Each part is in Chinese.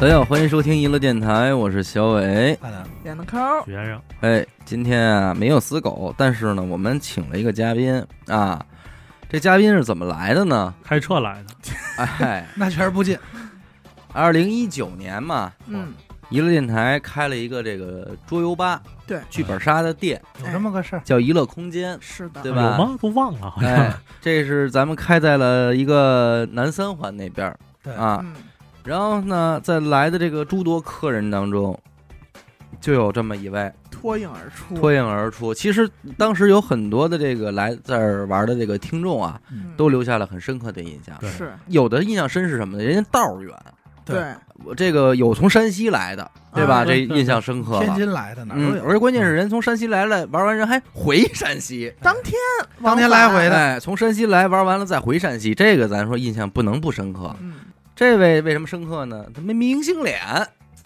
大家好，欢迎收听娱乐电台，我是小伟。快点，点的抠，许先生，哎，今天啊没有死狗，但是呢，我们请了一个嘉宾啊。这嘉宾是怎么来的 呢？开车来的，哎，那确实不近，二零一九年嘛，嗯，娱乐电台开了一个这个桌游吧，对剧本杀的店，有这么个事儿。叫娱乐空间。是的，对有吧哎吗？都忘了，好像哎，这是咱们开在了一个南三环那边儿对啊。嗯，然后呢，在来的这个诸多客人当中，就有这么一位脱颖而出，脱颖而出。其实当时有很多的这个来这儿玩的这个听众啊，嗯都留下了很深刻的印象。对是有的印象深是什么呢？人家道儿远，对对，我这个有从山西来的，对吧？啊这对对印象深刻天了。津来的哪儿都嗯，有。而且关键是人从山西来了，玩完人还回山西，当天当天来回嗯往的哎，从山西来玩完了再回山西，这个咱说印象不能不深刻返，。嗯，这位为什么深刻呢？他没明星脸，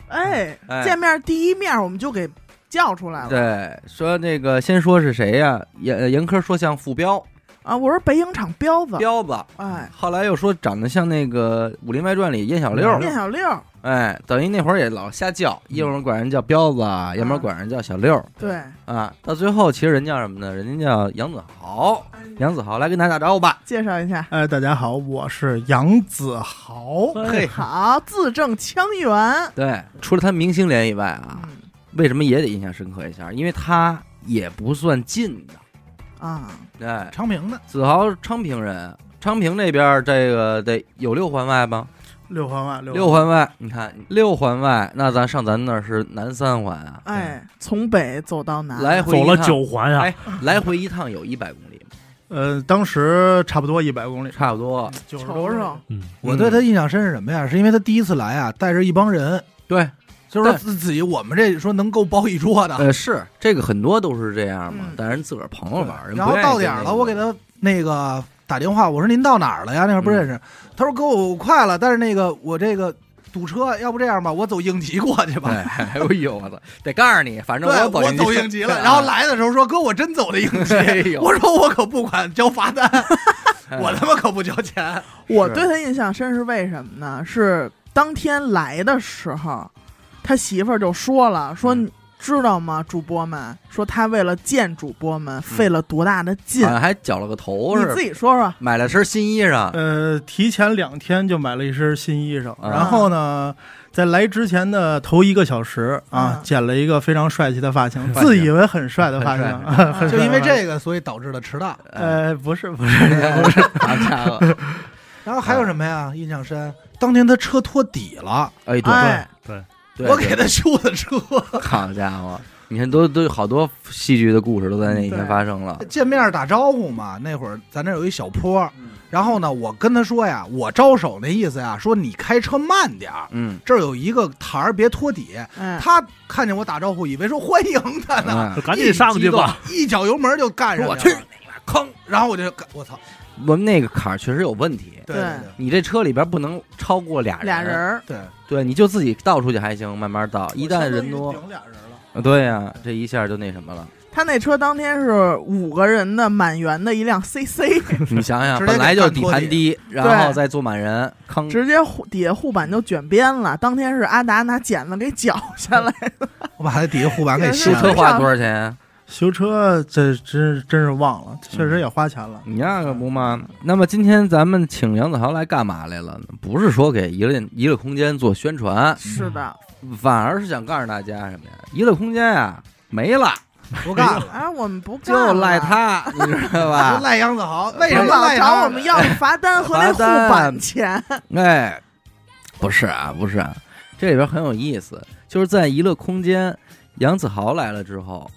哎哎，见面第一面我们就给叫出来了对，说那个先说是谁呀、严严科说像傅彪啊，我说北影厂彪子，彪子，哎，后来又说长得像那个《武林外传》里燕小六，店小六，哎，等于那会儿也老瞎叫，一会儿管人叫彪子，啊，要不然管人叫小六对，啊。到最后其实人叫什么呢？人家叫杨子豪，杨子豪来跟大家打招呼吧。介绍一下，哎，大家好，我是杨子豪哎嘿，好，字正腔圆，对，除了他明星脸以外啊，嗯为什么也得印象深刻一下？因为他也不算近的，啊，哎，昌平的子豪昌平人，昌平那边儿这个得有六环外吧？六环外，六环外，你看六环外，那咱上咱那儿是南三环啊，哎，从北走到南，来回走一了趟，九环啊哎呀，来回一趟有一百公里，呃，当时差不多一百公里，差不多。九十瞅多瞅，嗯，我对他印象深是什么呀？是因为他第一次来啊，带着一帮人，对，就就是是说自己我们这说能够包一桌的，呃是这个很多都是这样嘛嗯，但是人自个儿朋友玩儿，人然不后愿意跟那个到点儿了，我给他那个打电话，我说您到哪儿了呀？那会儿不认识，他说哥我快了，但是那个我这个堵车，要不这样吧，我走应急过去吧。哎， 哎呦我操，得告诉你，反正对，啊走我走应应 急了，然后来。来的时候说：“哥，我真走的应 急。哎呦我说：“我可不管交罚 单，哎我他妈可不交啊钱。我是对他印象深是为什么呢？是当天来的时候，他媳妇儿就说了，说嗯你知道吗，主播们，说他为了见主播们费了多大的劲好，像还绞了个头你似自的，己说说，买了身新衣裳，呃，提前两天就买了一身新衣裳，啊然后呢，在来之前的头一个小时啊啊，剪了一个非常帅气的发型，发型自以为很帅的发型，很啊”啊很 就帅因为的发型这个，所以导致了迟 到。呃，不是不是， 好家伙，然后还有什么呀？印象深，当天他车托底了，哎，对哎，对，我对给他修的车。好家伙，你看都都好多戏剧的故事都在那一天对发生了，见面打招呼嘛，那会儿咱这有一小坡，然后呢，我跟他说呀，我招手那意思呀，说你开车慢点儿，嗯，这儿有一个台儿，别托底。哎，他看见我打招呼，以为说欢迎他呢，啊就赶紧上去吧，一激动，一脚油门就干上说去我了。去那边坑，然后我就我操，我们那个坎儿确实有问题，对对对你这车里边不能超过俩人，俩人，儿，对，对，你就自己倒出去还行，慢慢倒，一旦人多，顶俩人了，啊对呀，这一下就那什么了，他那车当天是五个人的满员的一辆 CC，你想想，直接本给来就干底脱盘底低，然后再坐满人，坑，直接护底下护板就卷边了。当天是阿达拿剪子给绞下来，我把他底下护板 给修掀是车了。花了多少钱啊？修车这真真是忘了，嗯确实也花钱了。你那个不嘛？那么今天咱们请杨子豪来干嘛来了呢？不是说给娱乐娱乐空间做宣传，是的，反而是想告诉大家什么呀？娱乐空间啊没了，不干了，啊，我们不干就了赖，他，你知道就吧？赖杨子豪，为为什什么么老赖找他？我们要罚单和那护板钱？哎，不是啊，不是啊，这里边很有意思，就是在娱乐空间，杨子豪来了之后，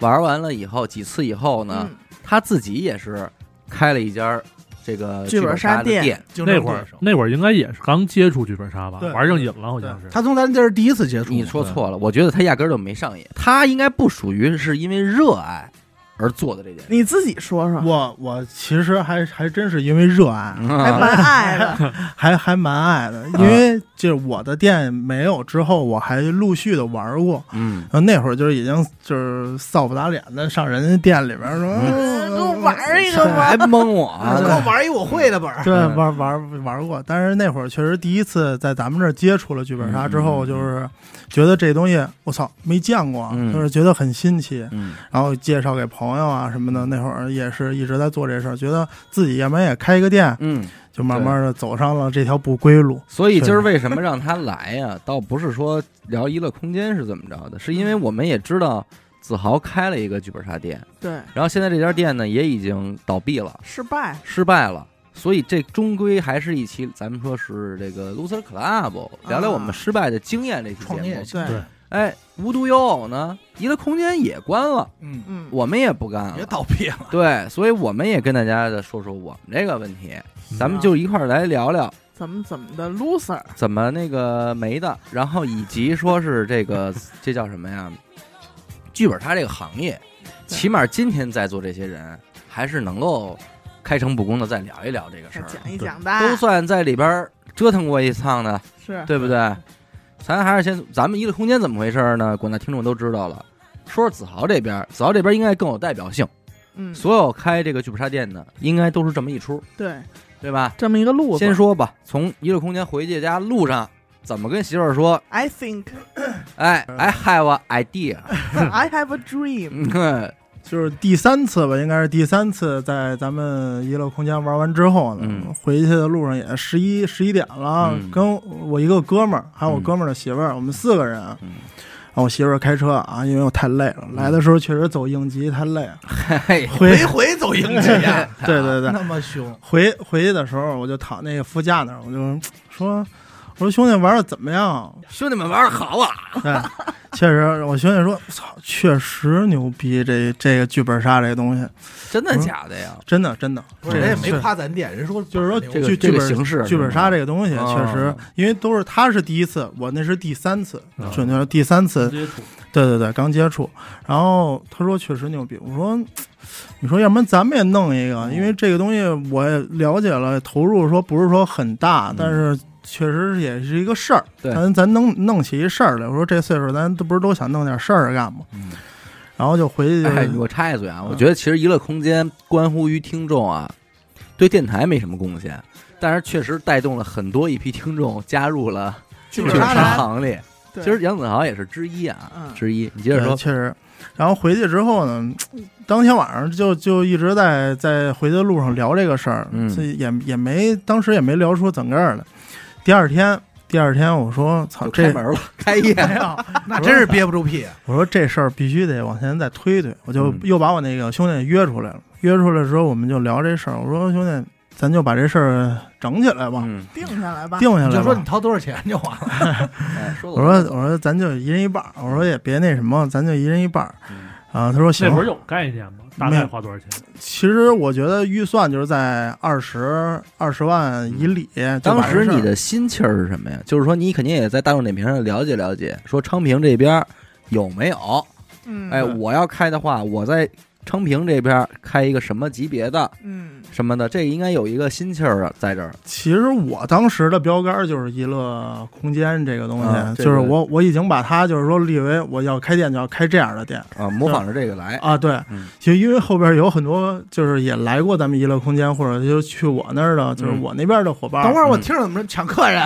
玩完了以后几次以后呢，嗯他自己也是开了一家这个剧本本杀杀的店店，竞争那会儿对手那会儿应该也是刚接触剧本杀吧，对玩上瘾了，好像是。他从咱这儿第一次接触，你说错了，我觉得他压根儿就没上瘾，他应该不属于是因为热爱，而做的这件事。你自己说说，我我其实还还真是因为热爱，还嗯蛮 爱的，还还蛮爱嗯的，因为就是我的店没有之后，我还陆续的玩过。嗯，然后那会儿就是已经就是臊不打脸的上人家店里边儿说，嗯给我玩儿一个吧 还。蒙 我啊，啊，给我玩一我会的本儿，对，嗯玩玩玩过，但是那会儿确实第一次在咱们这儿接触了剧本杀之后，嗯就是觉得这东西我操没见过，嗯就是觉得很新奇，嗯然后介绍给朋友啊什么的。那会儿也是一直在做这事儿，觉得自己要不然也开一个店，嗯，就慢慢的走上了这条不归路。所以今儿为什么让他来呀、 倒不是说聊娱乐空间是怎么着的，是因为我们也知道子豪开了一个剧本杀店，对，然后现在这家店呢也已经倒闭了，失败，失败了。所以这终归还是一期，咱们说是这个 loser club，聊聊我们失败的经验这期节啊创业目。型，对，哎，无独有偶呢，娱乐空间也关了，嗯，嗯，我们也不干别了。倒闭了，对，所以我们也跟大家的说说我们这个问题，嗯咱们就一块儿来聊聊怎么怎么的 loser，怎么那个没的，然后以及说是这个 这叫什么呀？剧本杀这个行业，对起码今天在座这些人还是能够开诚布公的再聊一聊这个再事儿，讲一对讲啊的，都算在里边儿折腾过一趟的，是对不对？咱还是先，咱们一个空间怎么回事呢？广大听众都知道了。说说子豪这边，子豪这边应该更有代表性，嗯，所有开这个剧本杀店的，应该都是这么一出，对，对吧？这么一个路子。先说吧，从娱乐空间回去家路上，怎么跟媳妇儿说？ I think 哎，I 嗯 have a idea， I have a dream，嗯就是第三次吧，应该是第三次在咱们娱乐空间玩完之后呢，嗯回去的路上也十一十一点了，嗯跟我一个哥们儿还有我嗯哥们儿的媳妇儿，我们四个人，嗯然后我媳妇儿开车啊，因为我太累了，嗯来的时候确实走应急太累了， 嘿，回回回走应急呀，对对对， 啊那么凶，回回去的时候我就躺那个副驾那儿，我就嗯说。我说兄弟玩的怎么样？ 兄弟们玩的好啊！对，确实，我兄弟说，操，确实牛逼，这这个剧本杀这东西， 真的假的呀？真的真的，不是人也是没夸咱店，人说就是说这这个啊剧这个剧本形式，剧本杀这个东西哦确实，因为都是他是第一次，我那是第三次啊哦，准确说第三嗯次，接触，对对对，刚接触。然后他说确实牛逼，我说，你说要不然咱们也弄一哦个，因为这个东西我也了解了，投入说不是说很大嗯，但是确实也是一个事儿，对咱咱能弄起一事儿来。我说这岁数咱都不是都想弄点事儿干吗？嗯然后就回去就哎，是我插一嘴啊，我嗯觉得其实娱乐空间关乎于听众啊，对电台没什么贡献，但是确实带动了很多一批听众加入了剧本本杀杀行列。对其实杨子豪也是之一啊嗯，之一。你接着对说，呃确实。然后回去之后呢，当天晚上就就一直在在回去的路上聊这个事儿，嗯所以也也没当时也没聊出整个儿来。第二天，第二天我说操就这开。门了，开业。 没有，哎那真是憋不住屁啊，我说这事儿必须得往前再推推，我就嗯又把我那个兄弟约出来了。约出来之后，我们就聊这事儿。我说兄弟，咱就把这事儿整起来吧，嗯，定下来吧，定下来你吧。就说你掏多少钱就完了，哎说我得说对我说咱就一人一半儿，我说也别那什么，咱就一人一半儿。嗯啊，他说行。那会儿有概念吗？大概花多少钱？其实我觉得预算就是在二十二十万以里。就把嗯当这时事儿你的心气儿是什么呀？就是说，你肯定也在大众点评上了解了解，说昌平这边儿有没有？嗯，哎，对我要开的话，我在昌平这边儿开一个什么级别的嗯，什么的，这应该有一个心气儿啊在这儿。其实我当时的标杆就是娱乐空间这个东西，啊这就是个我我已经把它就是说立为我要开店就要开这样的店啊，模仿着这个 来。啊。对，嗯其实因为后边有很多就是也来过咱们娱乐空间，或者就去我那儿的，就是嗯我那边的伙伴。等会儿我听着怎么说抢 客人，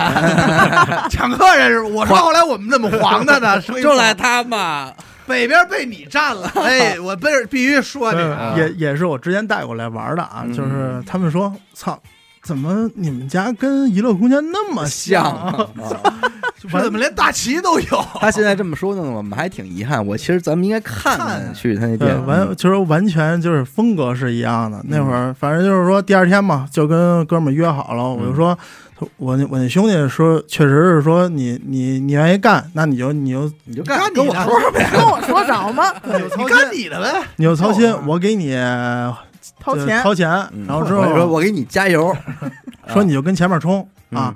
抢客人是不是我说后来我们怎么黄的 呢？生意就赖他嘛，北边被你占了， 哎，我被必须说你啊，啊对也也是我之前带过来玩的啊，嗯就是他们说操。怎么你们家跟娱乐空间那么像啊啊。 说怎么连大旗都有？他现在这么说呢，我们还挺遗憾。我其实咱们应该看看看去他那对，店。嗯完就是完全就是风格是一样的。那会儿反正就是说第二天嘛，就跟哥们儿约好嗯了，我就说，我那我那兄弟说，确实是说你你你愿意干，那你就你就你就干干，你跟我的说说呗。跟我说 着吗？你干你的呗，你就操心够了，我给你掏就钱，掏钱，然后之嗯我说后我给你加油，说你就跟前面冲啊。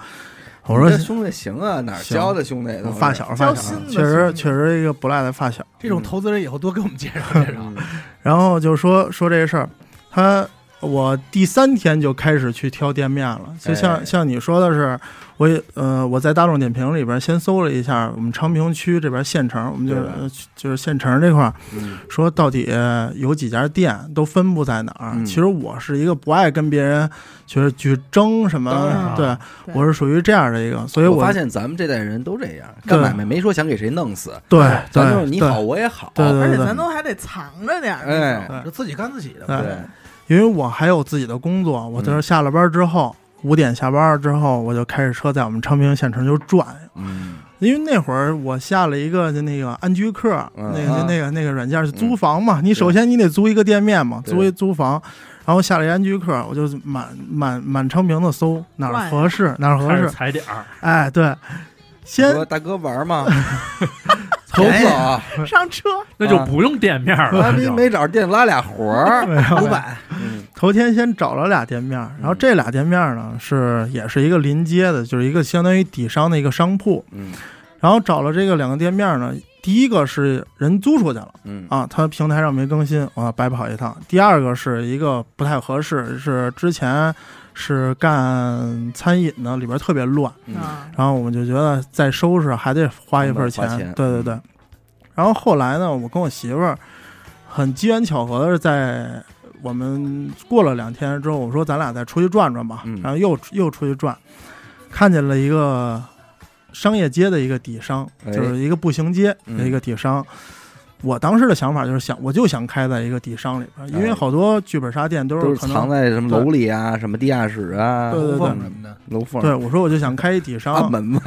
我说你这兄弟行啊，哪儿行教的兄弟都是？发小发交小心，的确实兄弟确实一个不赖的发小。这种投资人以后多给我们介绍介绍。嗯，然后就说说这事儿，他我第三天就开始去挑店面了，就像、哎像你说的是，我也呃我在大众点评里边先搜了一下我们昌平区这边县城，我们就对是就是县城这块儿，嗯说到底呃有几家店都分布在哪儿。嗯其实我是一个不爱跟别人就是去争什当么然，对了对我是属于这样的一个，所以我我发现咱们这代人都这样，干对买卖没说想给谁弄死，对哎咱就是对你对好我也好，对对而且咱都还得藏着点儿那哎种。对 就自己干自己的，对对，因为我还有自己的工作，我嗯就是下了班之后，五、点下班之后，我就开着车在我们昌平县城就转。嗯因为那会儿我下了一个就那个安居客，嗯那个啊就那个那个软件是租房嘛，你首先你得租一个店面嘛，对租一租房，然后下了一安居客，我就满满满昌平的搜哪儿合适哪儿合开始适，踩点儿，哎对，先说大哥玩嘛，啊投便宜资啊，上车，那就不用店面了。妈那逼就没找着店拉俩活 儿，五百嗯头天先找了俩店面，然后这俩店面呢是也是一个临街的，就是一个相当于底商的一个商铺，嗯然后找了这个两个店面呢，第一个是人租出去了嗯啊，他平台上没更新，我白跑一趟；第二个是一个不太合适，是之前是干餐饮的，里边特别乱，嗯啊，然后我们就觉得再收拾还得花一份成本花钱嗯对对对。然后后来呢，我跟我媳妇儿很机缘巧合的是在。我们过了两天之后，我说咱俩再出去转转吧，嗯然后又又出去转，看见了一个商业街的一个底商，哎嗯就是一个步行街的一个底商。我当时的想法就是想，我就想开在一个底商里边，因为哎好多剧本杀店都都是是可藏能在什么楼里啊，什么地下室啊，对对对缝什么的，楼缝对我说，我就想开一底暗商，啊门嘛，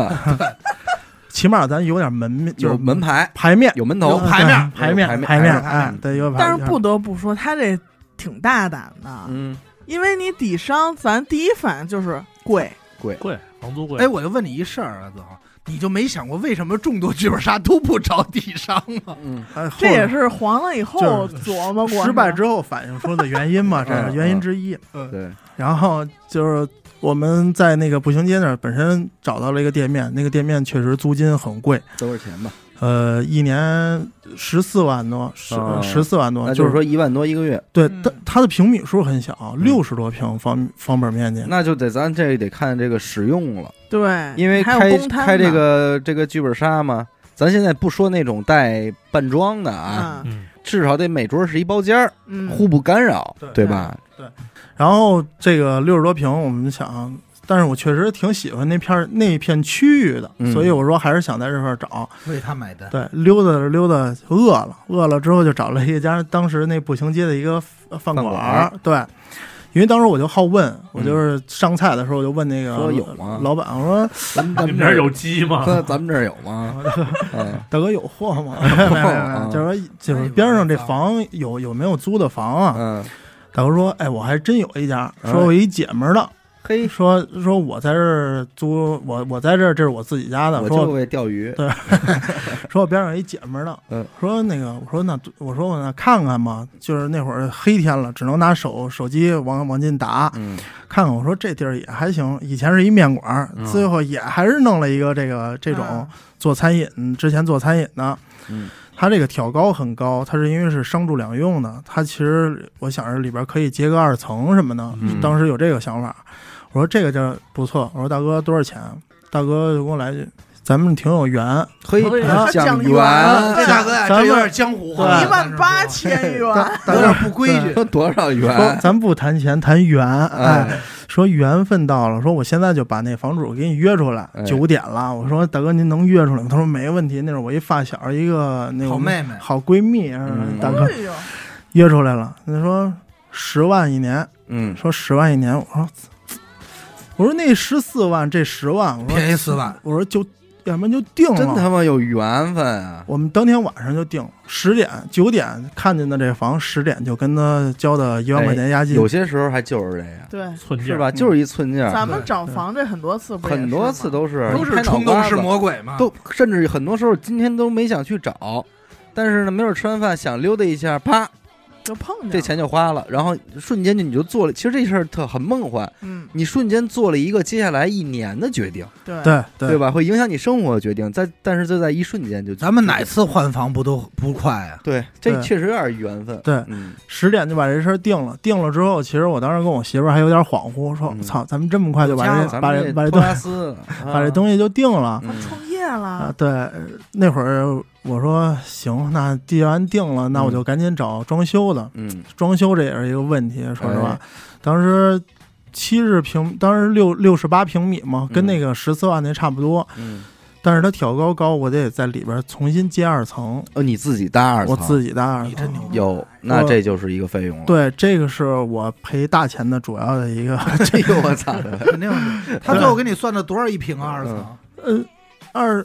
起码咱有点门面，就是有门牌，牌面，有门头，有牌面牌面，牌面牌牌面哎，对，有牌面。嗯但是不得不说，他这挺大胆的，嗯，因为你底商，咱第一反应就是贵，贵，房租贵。哎，我就问你一事儿啊，子豪，你就没想过为什么众多剧本杀都不找底商吗？嗯，哎，后这也来是黄了以后就是琢磨过失败后，之后反映出的原 因嘛，这嗯是原因之一。嗯对，然后就是我们在那个步行街那儿本身找到了一个店面，那个店面确实租金很贵，多少钱吧？呃，一年十四万多，十啊十四万多，那就是嗯是说一万多一个月，对嗯它它的平米数很小，六十多平方方本面积。那就得咱这得看这个使用了，对，因为哎还有开公摊开这呢个这个剧本杀嘛。咱现在不说那种带扮装的啊，啊，嗯，至少得每桌是一包间儿，嗯，互不干扰，对对吧？然后这个六十多平，我们想，但是我确实挺喜欢那片儿那片区域的，嗯所以我说还是想在这块儿找。为他买单，对，溜达着溜达就饿了，饿了之后就找了一家当时那步行街的一个饭饭饭馆馆嗯儿。对，因为当时我就好问，我就是上菜的时候我就问那个说有吗老板，我说咱们咱你们们这这儿儿有鸡吗？说咱们这儿有吗？嗯，大哥有货 吗？没有没有哦没有哎就是说就是边上这房有有没有租的房啊？嗯，大哥说，哎，我还真有一家，哎说我一姐们儿的，嘿，说说我在这儿租，我我在这儿这是我自己家的，我说就会钓鱼。说我边上有一姐们儿呢，嗯说那个，我说那我说我那看看吧，就是那会儿黑天了，只能拿手手机往往进打嗯，看看。我说这地儿也还行，以前是一面馆儿，嗯最后也还是弄了一个这个这种啊做餐饮，之前做餐饮的，嗯，它这个挑高很高，它是因为是商住两用的，它其实我想是里边可以结个二层什么的，嗯当时有这个想法。我说这个这不错，我说大哥多少钱？大哥就给我来一句，咱们挺有缘。嘿可以，啊讲讲元圆这大哥咱呀，这们有点江湖对啊话，一万八千 元，哎大大有哥点不规矩。说多少哎说元？咱不谈钱，谈缘。哎，哎，说缘分到了，说我现在就把那房主给你约出来哎，九点了。我说大哥，您能约出来吗？他说没问题，那是我一发小，一个那个好妹妹好闺蜜。嗯大哥哎呦，约出来了，他说十万一年，嗯，说十万一年。我说，我说那十四万，这十万，我说便宜四万，我说就要不然就定真了。他妈有缘分啊！我们当天晚上就定了，十点九点看见的这房，十点就跟他交的一万块钱押哎金。有些时候还就是这样，对，寸劲是儿吧？就是一寸劲儿，咱们找房这很多次不也是吗，很多次都是都你是拍脑冲动瓜是子魔鬼嘛。都甚至很多时候今天都没想去找，但是呢，没准吃完饭想溜达一下，啪，就碰见了这，钱就花了，然后瞬间就你就做了，其实这事儿特很梦幻，嗯，你瞬间做了一个接下来一年的决定，对对对？吧？会影响你生活的决定，在但是就在一瞬间就咱们哪次换房不都不快啊？对，这对确实有点缘分。对嗯，十点就把这事儿定了，定了之后，其实我当时跟我媳妇儿还有点恍惚，说嗯：“操，咱们这么快就把加这上把咱这们把这托东拉西 斯，啊把这西，东西就定了。嗯创业”啊了，，对，那会儿我说行，那既然定了，那我就赶紧找装修的。嗯装修这也是一个问题，说实话，哎当时七十平，当时六六十八平米嘛，跟嗯那个十四万那差不 多，嗯，但是它挑高高，我得在里边重新接二层，哦，你自己搭二层，我自己的二你真层。牛逼！有，那我这就是一个费用了。对，这个是我赔大钱的主要的一 个，哎呦我操！肯定是。 他最后给你算的多少一平啊？二层嗯？呃，二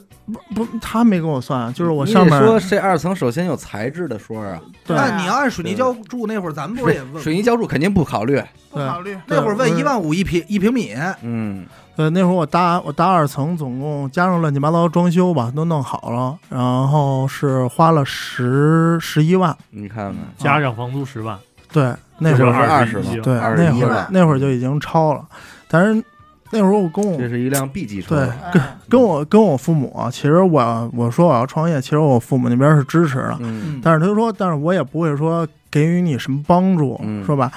不不，他没跟我算， 就是我你上得面说这二层首先有材质的说啊，对那你要按水泥浇筑那会儿，咱们不是也问？水泥浇筑肯定不考虑。不考虑，那会对儿我问是一万五一平一平米，嗯，对，那会儿我搭我搭二层，总共加上乱七八糟装修吧，都弄好了，然后是花了十十一万，你看看，加上房租十万，对，那会这儿不是二十21吗？了对，二那十一会儿万，那会儿就已经超了，但是那会儿我跟我这是一辆 B 级车。对哎跟我跟我父母，啊其实我我说我要创业，其实我父母那边是支持的，嗯，但是他就说，但是我也不会说给予你什么帮助，嗯说吧，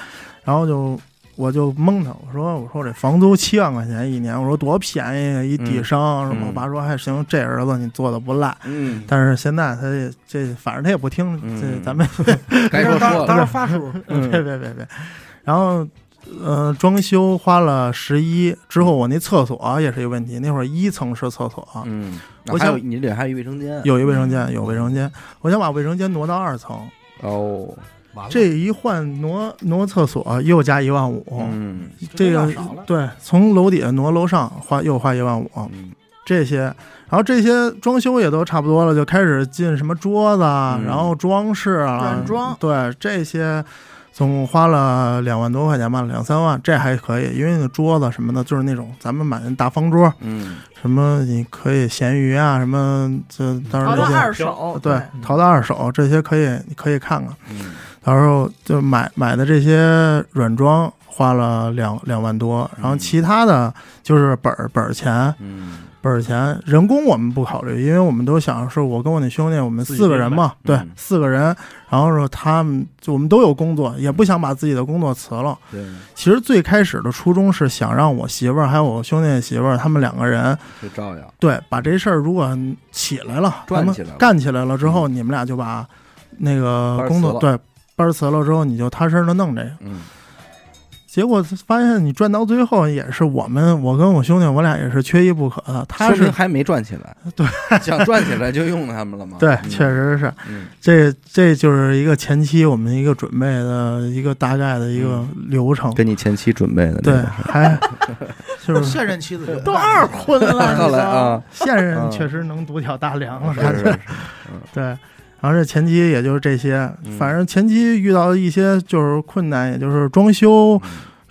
然后就。我就蒙他，我说我说我这房租七万块钱一年，我说多便宜啊，一底商。什么、嗯我爸说还行，这儿子你做的不赖。嗯，但是现在他也这反正他也不听，嗯这 咱们、该说当说当了。时发数，嗯别别别别。然后呃，装修花了十一，之后我那厕所也是一个问题，那会儿一层是厕所，嗯，啊我还有想你里还有一卫生间。有一卫生间，有卫生间，我想把卫生间挪到二层，哦，完了这一换挪挪厕所又加一万五，嗯这个就这样少了对，从楼底下挪楼上花又花一万五，嗯这些，然后这些装修也都差不多了，就开始进什么桌子啊，嗯然后装饰啊，软装对这些。总共花了两万多块钱吧，两三万，这还可以，因为那桌子什么的，就是那种咱们买那大方桌，嗯什么你可以闲鱼啊，什么这当然淘这到些二手，对，淘到二手这些可以，你可以看看。嗯，到时候就买买的这些软装花了两两万多，然后嗯其他的就是本儿本儿钱嗯，本儿钱，人工我们不考虑，因为我们都想是我跟我那兄弟我们自己四个人嘛，另对外嗯，四个人，然后说他们就我们都有工作，也不想把自己的工作辞了。对，其实最开始的初衷是想让我媳妇儿还有我兄弟的媳妇儿他们两个人就照样。对，把这事儿如果起来了，转咱们起来了嗯干起来了之后，你们俩就把那班个儿工作辞对班儿辞了之后，你就踏实的弄这个。嗯结果发现你赚到最后也是我们，我跟我兄弟，我俩也是缺一不可的。他说明是还没赚起来。对，想赚起来就用他们了嘛。对，嗯确。实是嗯这这就是一个前期我们一个准备的一个大概的一个嗯流程。跟你前期准备的那对，个 还就是现任妻子就都二婚了，后来你啊，现任嗯确实能独挑大梁了，是感是觉是对，然后这前期也就是这些嗯，反正前期遇到一些就是困难，也就是装修，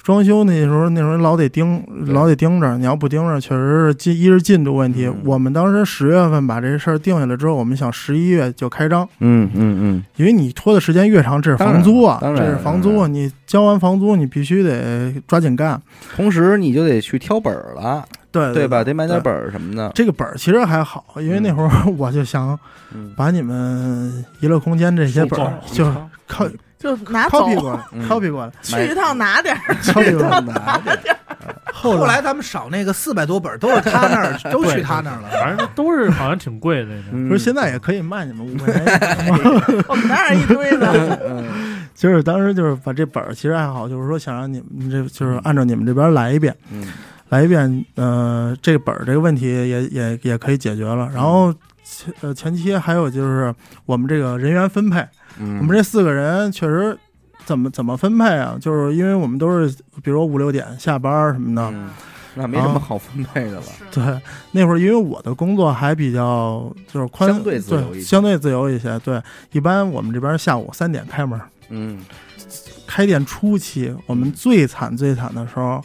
装修那时候那时候老得盯，嗯对老得盯着，你要不盯着，确实是进一是进度问题。嗯我们当时十月份把这事儿定下来之后，我们想十一月就开张，嗯嗯因为你拖的时间越长，这是房租啊，当这然是房租当啊，你交完房租你必须得抓紧干，嗯，同时你就得去挑本儿了，对对吧？得买点对本儿什么的。这个本儿其实还好，因为那会儿我就想嗯把你们娱乐空间这些本儿树就是状靠知道吗就拿走， copy 过来嗯，copy 过来，买去一趟拿点儿， copy 过来。啊难的，后后来咱们少那个四百多本儿，都是他那儿， 都去他那儿了。反正都是好像挺贵的。嗯那个不是现在也可以卖你们五 块钱，我们那儿一堆呢，就是当时就是把这本儿，其实还好，就是说想让你们这就是按照你们这边来一遍，嗯来一遍，呃，这个本儿这个问题也也也可以解决了。然后嗯前呃前期还有就是我们这个人员分配，嗯，我们这四个人确实怎么怎么分配啊？就是因为我们都是比如说五六点下班儿什么的，嗯那没什啊么好分配的了。 对，那会儿因为我的工作还比较就是宽，相对自由一些相对自由一些。对，一般我们这边下午三点开门，嗯开店初期我们最惨最惨的时候，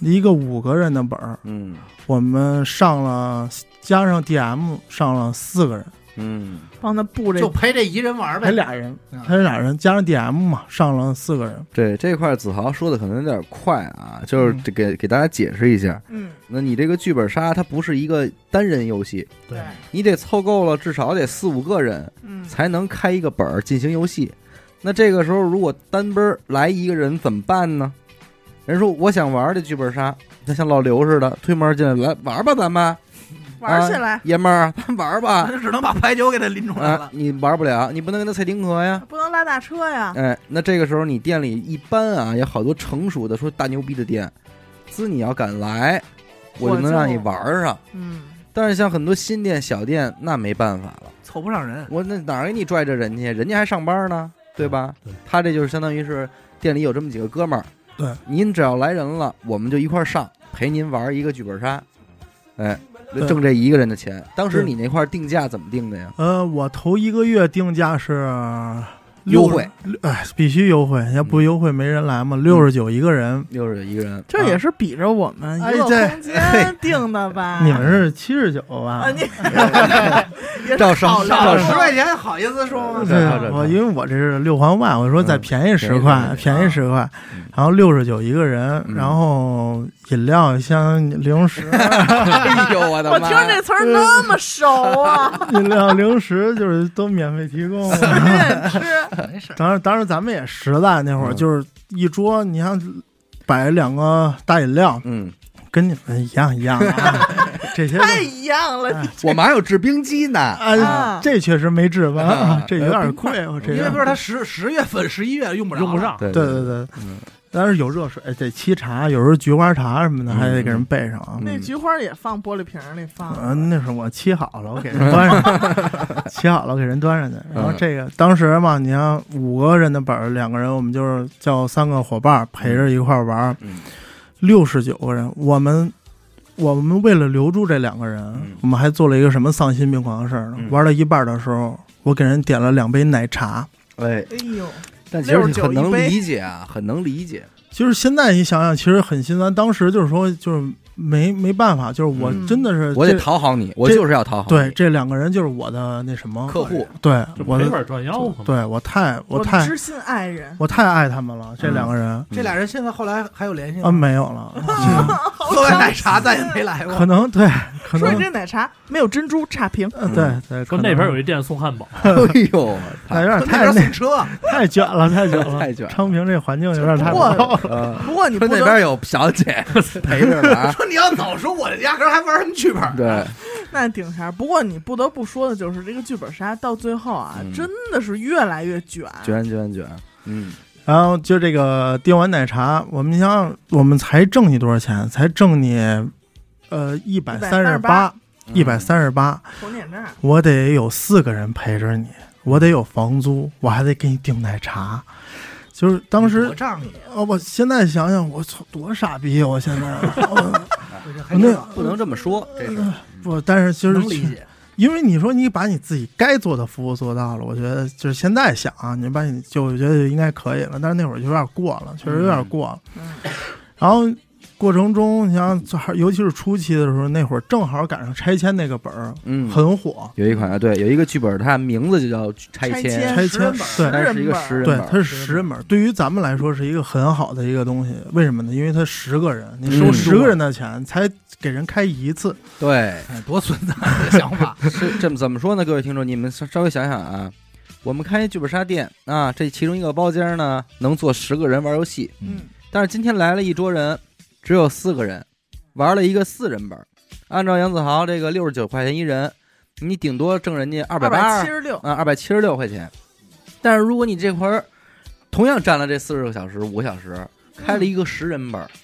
一个五个人的本儿，嗯，我们上了加上 DM 上了四个人，嗯，帮他布这就陪这一人玩还呗。俩人，嗯还俩人加上 DM 嘛，上了四个人。对这块儿子豪说的可能有点快啊，就是嗯这给给大家解释一下，嗯，那你这个剧本杀它不是一个单人游戏，对，你得凑够了至少得四五个人嗯，才能开一个本儿进行游戏。那这个时候如果单奔儿来一个人怎么办呢？人说我想玩这剧本杀，那像老刘似的推门进来，来玩吧，咱 们玩起来爷们儿，咱玩吧。那就只能把白酒给他拎出来啊了，。你玩不了，你不能跟他踩丁壳呀。不能拉大车呀，哎，那这个时候你店里一般啊，有好多成熟的说大牛逼的店，滋你要敢来，我就能让你玩儿上。嗯，但是像很多新店、小店，那没办法了。凑不上人。我那哪儿给你拽着人去？人家还上班呢，对吧？对他这就是相当于是店里有这么几个哥们儿，对，您只要来人了，我们就一块儿上，陪您玩一个剧本杀，哎，对挣这一个人的钱。当时对你那块儿定价怎么定的呀？呃，我头一个月定价是优六惠，嗯六哎，必须优惠，要不优惠没人来嘛。六十九一个人，六十一个人，啊这也是比着我们哎娱乐这空间定的吧？你们是七十九吧啊，？ 你也是照上 考量照少的上十块钱 好意思说吗？对对照着啊，看我因为我这是六环外，我说再嗯便宜十便宜十块，块便宜十块嗯，然后六十九一个人嗯，然后饮料像零 食，哎呦我的 我妈听呀！这词儿那么熟 啊，饮料零食就是都免费提供。 随便吃，没事，当然，当然咱们也实在，那会儿嗯就是一桌，你像摆两个大饮料，嗯，跟你们一样一样的啊， 这些都太一样了。哎我们还有制冰机呢。啊，这确实没治吧？啊嗯啊 这有点贵，我这因有为点不是他十十月份、十一月用不着，用不。上。对对对对嗯，但是有热水，得沏茶，有时候菊花茶什么的嗯还得给人备上啊。那菊花也放玻璃瓶儿里放，嗯，那是我沏好了，我给人端上去， 沏好了给人端上去。嗯然后这个当时嘛，你像五个人的本儿，两个人我们就是叫三个伙伴陪着一块儿玩儿嗯，六十九个人，我们。我们为了留住这两个人，嗯我们还做了一个什么丧心病狂的事儿呢？嗯玩到一半的时候，我给人点了两杯奶茶。哎，哎呦，但其实69很能一杯理解啊，很能理解。就是现在你想想，其实很心酸。当时就是说，就是没没办法，就是我嗯真的呃是这、我得讨好你，我这就是要讨好你对这两个人就是我的那什么客户。对就我没的法赚吆喝嘛。对我太我我太知心爱人，我太爱他们了，这两个人、这俩人现在后来还有联系吗啊？没有了，喝完奶茶再也没来过可。能对可说能你这奶茶没有珍珠，差评。呃对对，说可能那边有一店送汉堡，哎呦，哎有点那太边送车，太卷了，太卷了，太卷了昌平这环境有点太不过了。呃不过你不说那得边有小姐陪着 呢。说你要早说，我压根儿还玩什么剧本？对，那顶啥？不过你不得不说的就是这个剧本杀到最后啊，嗯真的是越来越卷。卷卷卷，嗯，然后就这个订完奶茶，我们想想，我们才挣你多少钱？才挣你呃一百三十八138，一百三十八。头点这儿，我得有四个人陪着你，我得有房租，我还得给你订奶茶。就是当时我，仗义，啊哦，我现在想想，我操，多傻逼啊！我现在，哦我这还那知道不能这么说，这是不，但是就是能理 解。因为你说你把你自己该做的服务做到了，我觉得就是现在想啊，你把你就我觉得应该可以了，但是那会儿就有点过了，确实有点过了。嗯，然后过程中，你像尤其是初期的时候，那会儿正好赶上拆迁那个本儿嗯，很火，有一款啊，对，有一个剧本，它名字就叫《拆拆迁迁》，拆十人迁本儿对。但是一个十人对，本它儿，是十人本儿，对于咱们来说是一个很好的一个东西。为什么呢？因为它十个人，你收嗯十个人的钱才给人开一次。对，哎，多孙子的想法！是这么怎么说呢？各位听众，你们稍稍微想想啊，我们开一剧本杀店啊，这其中一个包间呢能坐十个人玩游戏，嗯，但是今天来了一桌人，只有四个人，玩了一个四人本儿。按照杨子豪这个六十九块钱一人，你顶多挣人家二百八七十六，啊，二百七十六块钱。但是如果你这会儿同样占了这四十个小时、五个小时，开了一个十人本儿，嗯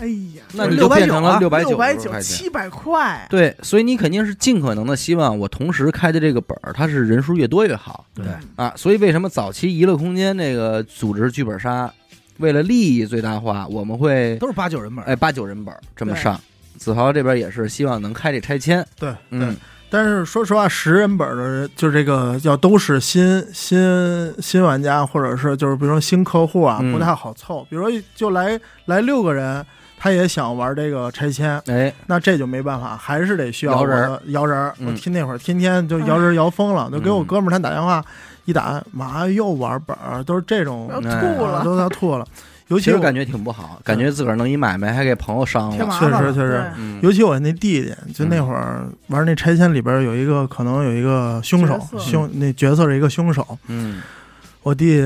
哎呀，那你就变成了六啊百六百九十块钱。七百块，对，所以你肯定是尽可能的希望我同时开的这个本儿，它是人数越多越好对嗯啊。所以为什么早期娱乐空间这个组织剧本杀，为了利益最大化，我们会都是八九人本儿，哎八九人本儿这么对上。子豪这边也是希望能开这拆迁，对，嗯，但是说实话，十人本儿的，就这个要都是新新新玩家，或者是就是比如说新客户啊，嗯不太好凑。比如说就来来六个人，他也想玩这个拆迁，哎，那这就没办法，还是得需要摇人儿我的摇人儿。嗯我听那会儿天天就摇人哎儿摇疯了，就给我嗯哥们儿他打电话，一打嘛又玩本儿，都是这种要，哎吐啊了，都要吐了。尤其其实我感觉挺不好，感觉自个儿弄一买卖还给朋友伤添了。麻烦了确实确实对嗯，尤其我那弟弟，就那会儿玩那拆迁里边有一个可能有一个凶手角，色凶那角色是一个凶手。嗯，我弟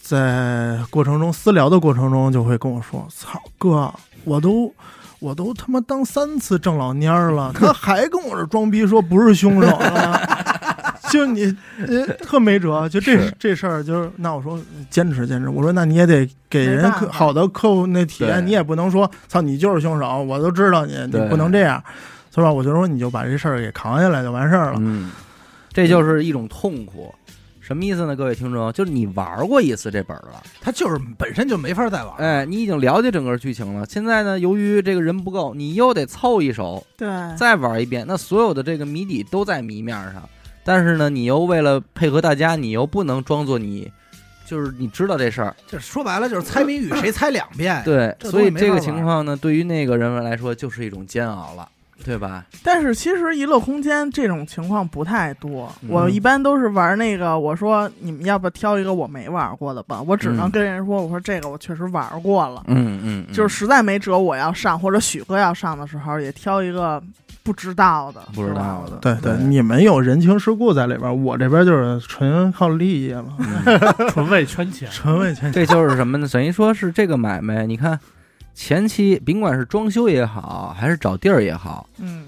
在过程中私聊的过程中就会跟我说：“操哥，我都我都他妈当三次郑老蔫儿了，他还跟我这装逼说不是凶手 了。”就你，呃，特没辙。就这是这事儿，就是那我说坚持坚持。我说那你也得给没人办法客好的客户那体对验，你也不能说操你就是凶手，我都知道你，你对不能这样，是吧？我就说你就把这事儿给扛下来就完事儿了。嗯，这就是一种痛苦。什么意思呢？各位听众，就是你玩过一次这本儿了，他就是本身就没法再玩。哎，你已经了解整个剧情了。现在呢，由于这个人不够，你又得凑一手，对，嗯再玩一遍。那所有的这个谜底都在谜面上，但是呢，你又为了配合大家，你又不能装作你就是你知道这事儿，这说白了就是猜谜语，谁猜两遍？对，哎这所以东西这没法个玩情况呢，对于那个人们来说就是一种煎熬了，对吧？但是其实娱乐空间这种情况不太多，嗯我一般都是玩那个，我说你们要不挑一个我没玩过的吧，我只能嗯跟人说，我说这个我确实玩过了，嗯嗯，嗯就是 实在没辙我要上或者许哥要上的时候，也挑一个不知道的，不知道的是吧对对，对你们有人情世故在里边儿，我这边就是纯靠利益 了，嗯纯为圈钱。纯为钱。这就是什么呢？等于说是这个买卖，你看前期甭管是装修也好，还是找地儿也好，嗯，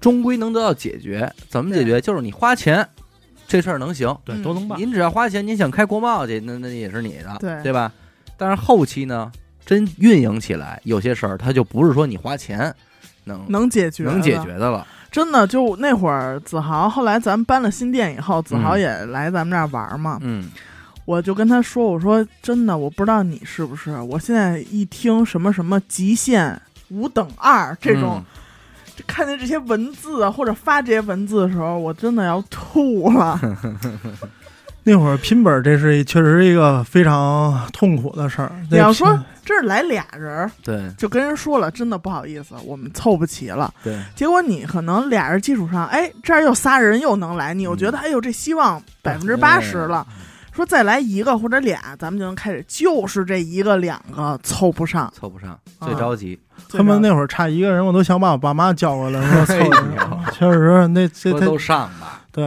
终归能得到解决。怎么解决？就是你花钱，这事儿能行。对嗯，都能办。您只要花钱，您想开国贸去，那那也是你的，对吧？但是后期呢，真运营起来，有些事儿它就不是说你花钱能能解决，啊能解。决的了。真的，就那会儿子豪，后来咱们搬了新店以后，子豪嗯也来咱们这儿玩嘛，嗯我就跟他说，我说真的，我不知道你是不是，我现在一听什么什么极限五等二这嗯种，就看见这些文字啊，或者发这些文字的时候，我真的要吐了。 那会儿拼本，这是一确实是一个非常痛苦的事儿。你要那说拼这儿来俩人儿，嗯，就跟人说了，真的不好意思，我们凑不齐了。对对，结果你可能俩人基础上，哎，这儿又仨人又能来，你又觉得，哎呦，这希望百分之八十了。说再来一个或者俩，咱们就能开始。就是这一个两个凑不上，凑不上，啊最着 急。他们那会儿差一个人，我都想把我爸妈叫过来 说凑啊哎呦一下。确实，那这说他都上吧，对，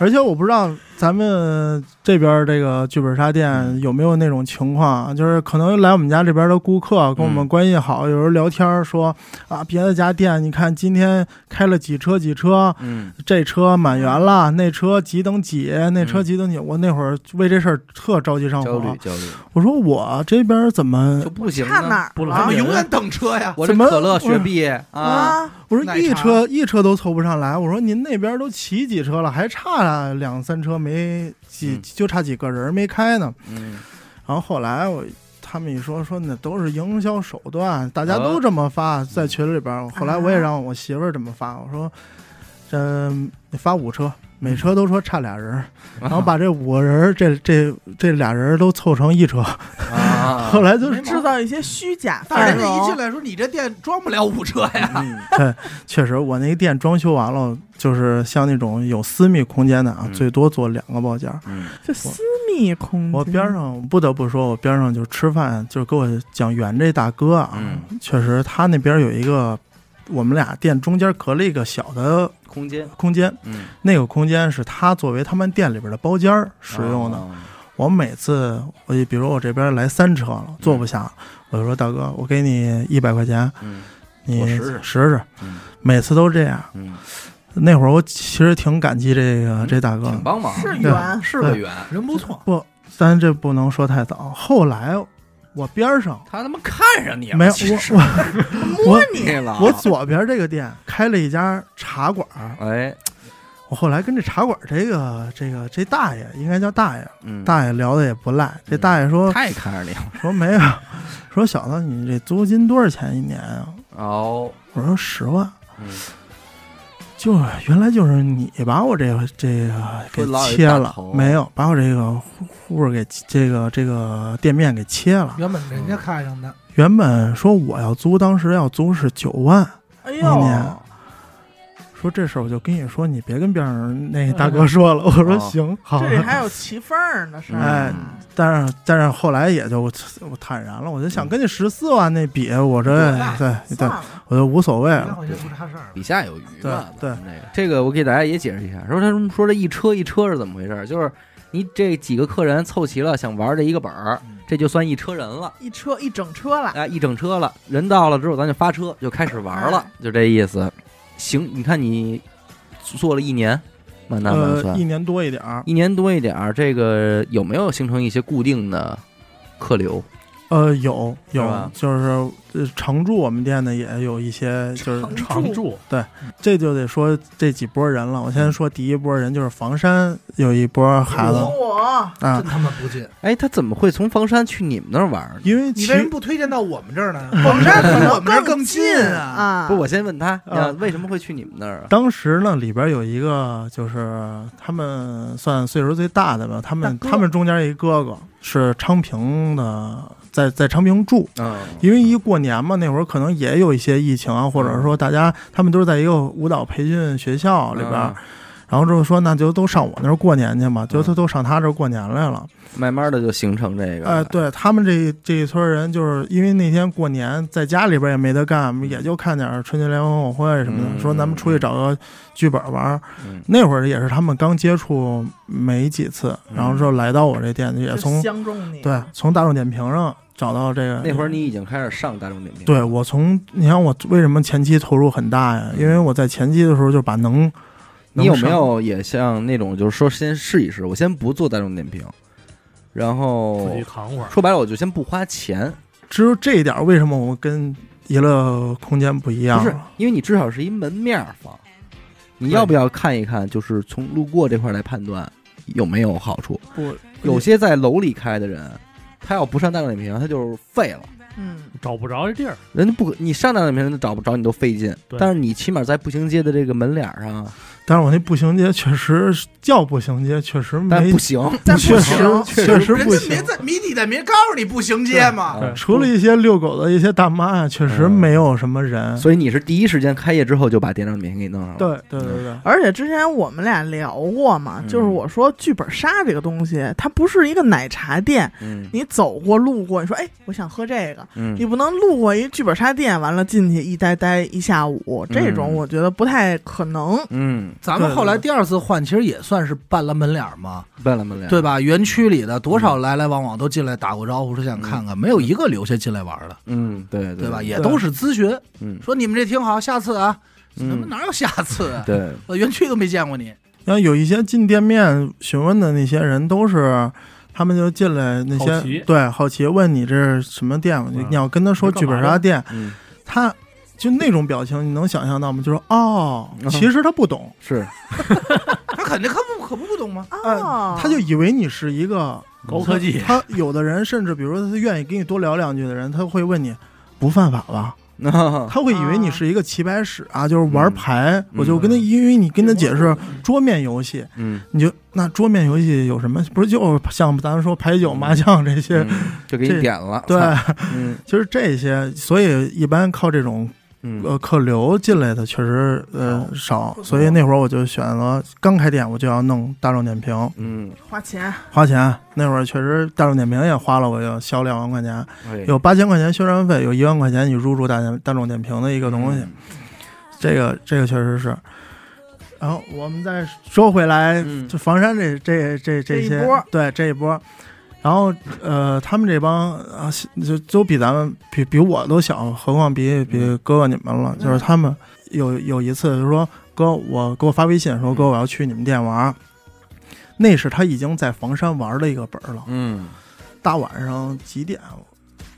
而且我不知道咱们这边儿这个剧本杀店嗯有没有那种情况啊，就是可能来我们家这边的顾客啊跟我们嗯关系好，有时候聊天儿说啊，别的家店你看今天开了几车几车， 嗯，这车满员了，那车几等几，那车嗯几等几。我那会儿为这事儿特着急上焦火虑，焦虑我说我这边怎么就？不行差呢。哪儿不了来他啊们永远等车呀。我这怎么嗯可乐、雪碧啊，啊？我说奶一茶车一车都凑不上来。我说您那边都骑几车了，还差两三车没几，嗯就差几个人没开呢。嗯，然后后来我他们一说说那都是营销手段，大家呃都这么发，在群里边儿。后来我也让我媳妇儿这么发，我说这你发五车，嗯每车都说差俩人啊儿， 然后把这五个人儿这这这俩人儿都凑成一车。啊， 后来就是制造一些虚假但繁人家一进荣。来说你这店装不了五车呀，嗯确实，我那个店装修完了，就是像那种有私密空间的啊，嗯最多做两个报价。嗯这私密空间，我边上我不得不说，我边上就吃饭，就是给我讲袁这大哥啊，嗯确实他那边有一个，我们俩店中间隔了一个小的空间，空间，嗯，那个空间是他作为他们店里边的包间儿使用的。啊，我每次我就比如我这边来三车了，坐不下，我就说大哥，我给你一百块钱，嗯你我试试试试试，嗯每次都这样。嗯，那会儿我其实挺感激这个嗯这大哥的挺，帮忙，是对圆，是个圆，哎人不错。但这不能说太早。后来我边上他他妈看上你了，没有其实我我摸你啊你了，我左边这个店开了一家茶馆儿，哎，我后来跟这茶馆儿这个这个这大爷应该叫大爷，嗯，大爷聊的也不赖。这嗯大爷说太看上你 了，说没有，说小子你这租金多少钱一年啊？哦，我说十万。嗯就原来就是你把我这个这个给说老有一切大了头，没有把我这个户户儿给这个这个店面给切了。原本人家看上的，原本说我要租，当时要租是九万，哎当呦年，说这事儿我就跟你说，你别跟边上那大哥说了。我说哦行，好这。里还有齐缝儿呢，是吧？哎但是但是后来也就我坦然了，我就想跟你十四万那比，我这哎嗯对对哎算，了，我就无所谓两了。块钱不差事儿。比下有余嘛，对咱们这个这个我给大家也解释一下，说他们说这一车一车是怎么回事儿？就是你这几个客人凑齐了，想玩这一个本儿，嗯这就算一车人了。一车一整车了，啊，一整车了，人到了之后，咱就发车，就开始玩了，嗯就这意思。行，你看你做了一年，满打满呃，算、一年多一点儿，一年多一点儿，这个有没有形成一些固定的客流？呃，有是有吧，就是呃常驻我们店的也有一些，就是常驻这就得说这几波人了。我先嗯说第一波人，就是房山有一波孩子哦我啊真，他妈不近！哎，他怎么会从房山去你们那儿玩呢？因为你其为什么不推荐到我们这儿呢？我们这儿可我能们这儿更更近近啊！不是，我先问他，啊啊、为什么会去你们那儿啊？当时呢，里边有一个就是他们算岁数最大的吧，他们大哥他们中间一哥哥是昌平的，在在昌平住，嗯，因为一过年嘛，那会儿可能也有一些疫嗯情啊，或者说大家他们都是在一个舞蹈培训学校里边，嗯然后之后说那就都上我那儿过年去嘛，就都都上他这儿过年来了。慢慢的就形成这个，哎、对他们这这一村人，就是因为那天过年在家里边也没得干，也就看点儿春节联欢晚会什么的，嗯说咱们出去找个剧本玩儿。嗯，那会儿也是他们刚接触没几次，嗯然后之后来到我这店，也就从相中你，对从大众点评上找到这个。那会儿你已经开始上大众点评，，对我从你看我为什么前期投入很大呀？因为我在前期的时候就把能，嗯你有能没上有也像那种就是说先试一试，我先不做大众点评，然后自己扛会儿，说白了，我就先不花钱，只有这一点儿，为什么我跟娱乐空间不一不样啊是了？因为你至少是一门面儿房，你要不要看一看？就是从路过这块儿来判断有没有好处。不，有些在楼里开的人，他要不上大众点评，他就是废了。嗯，找不着这地儿，人家不可，你上大众点评，人家找不着你都费劲。对但是你起码在步行街的这个门脸儿上，但是我那步行街确实叫步行街，确实但没不行，但不确行实确实人不家行没。在谜底在没告诉你步行街啊嘛，对除了一些遛狗的一些大妈呀，确实嗯没有什么人。所以你是第一时间开业之后就把店长点评给你弄上了。对对对对，而且之前我们俩聊过嘛，嗯就是我说剧本杀这个东西，它不是一个奶茶店，嗯你走过路过，你说哎，我想喝这个，你嗯，不能路过一剧本杀店，完了进去一待待一下午，这种嗯我觉得不太可能。嗯，咱们后来第二次换，其实也算是半拉门脸儿嘛，办嗯了门脸，对，吧？园区里的多少来来往往都进来打过招呼，说想看看，没有一个留下进来玩的，嗯，对对吧？对也都是咨询，嗯说你们这挺好，下次啊，怎么嗯，哪有下次啊？对，我园区都没见过你，然后有一些进店面询问的那些人都是。他们就进来那些好奇对好奇问你这是什么店，你嗯你要跟他说你干剧嘛本的杀店，嗯，他就那种表情，你能想象到吗？就说哦嗯，其实他不懂， 是，那肯定可不可不不懂吗？哦，呃他就以为你是一个高科技他他有的人甚至，比如说他愿意跟你多聊两句的人，他会问你不犯法吧？他会以为你是一个棋牌室啊，就是嗯玩牌。我就跟他，因为你跟他嗯解释桌面游戏，嗯，你就那桌面游戏有什么？不是就像咱们说牌九、麻将这些？嗯就给你这点了，对，操，嗯就是这些。所以一般靠这种嗯呃客流进来的确实呃少，所以那会儿我就选择刚开店我就要弄大众点评，嗯，花钱，花钱。那会儿确实大众点评也花了我有小两万块钱，哎有八千块钱宣传费，有一万块钱你入驻大众大众点评的一个东嗯西，这个这个确实是。然后我们再说回来，嗯就房山这这这这一些波，对这一波。然后，呃，他们这帮啊，就都比咱们比比我都小，何况比比哥哥你们了。就是他们有有一次就说哥，我给我发微信说哥，我要去你们店玩儿。那是他已经在房山玩了一个本儿了，嗯大晚上几点？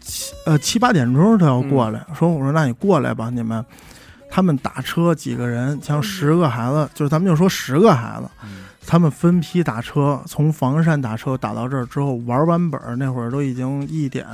七呃七八点钟他要过来，嗯说我说那你过来吧，你们。他们打车几个人，像十个孩子，就是咱们就说十个孩子，嗯他们分批打车，从房山打车打到这儿之后，玩完本儿那会儿都已经一点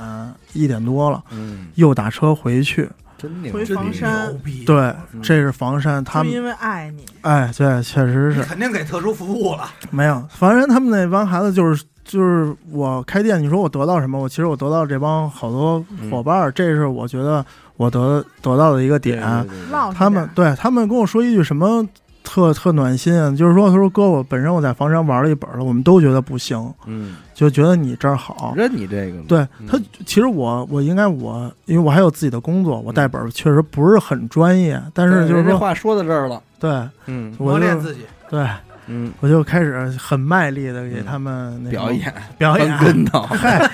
一点多了，嗯又打车回去。真牛回逼！房山牛逼，对，嗯这是房山，他就们因为爱你，哎，对，确实你是肯定给特殊服务了，没有房山，他们那帮孩子就是就是我开店，你说我得到什么？我其实我得到这帮好多伙伴嗯儿，这是我觉得我得得到的一个对点。对对对唠他们对他们跟我说一句什么特特暖心啊，就是说他说哥，我本身我在房山玩了一本了，我们都觉得不行，嗯，就觉得你这儿好。认你这个了，对嗯他，其实我我应该我，因为我还有自己的工作，我带本儿确实不是很专业，但对是就是人家说，话说到这儿了，对嗯我磨就练自己。对嗯，我就开始很卖力的给他们那个表演表演翻，跟头，嗨，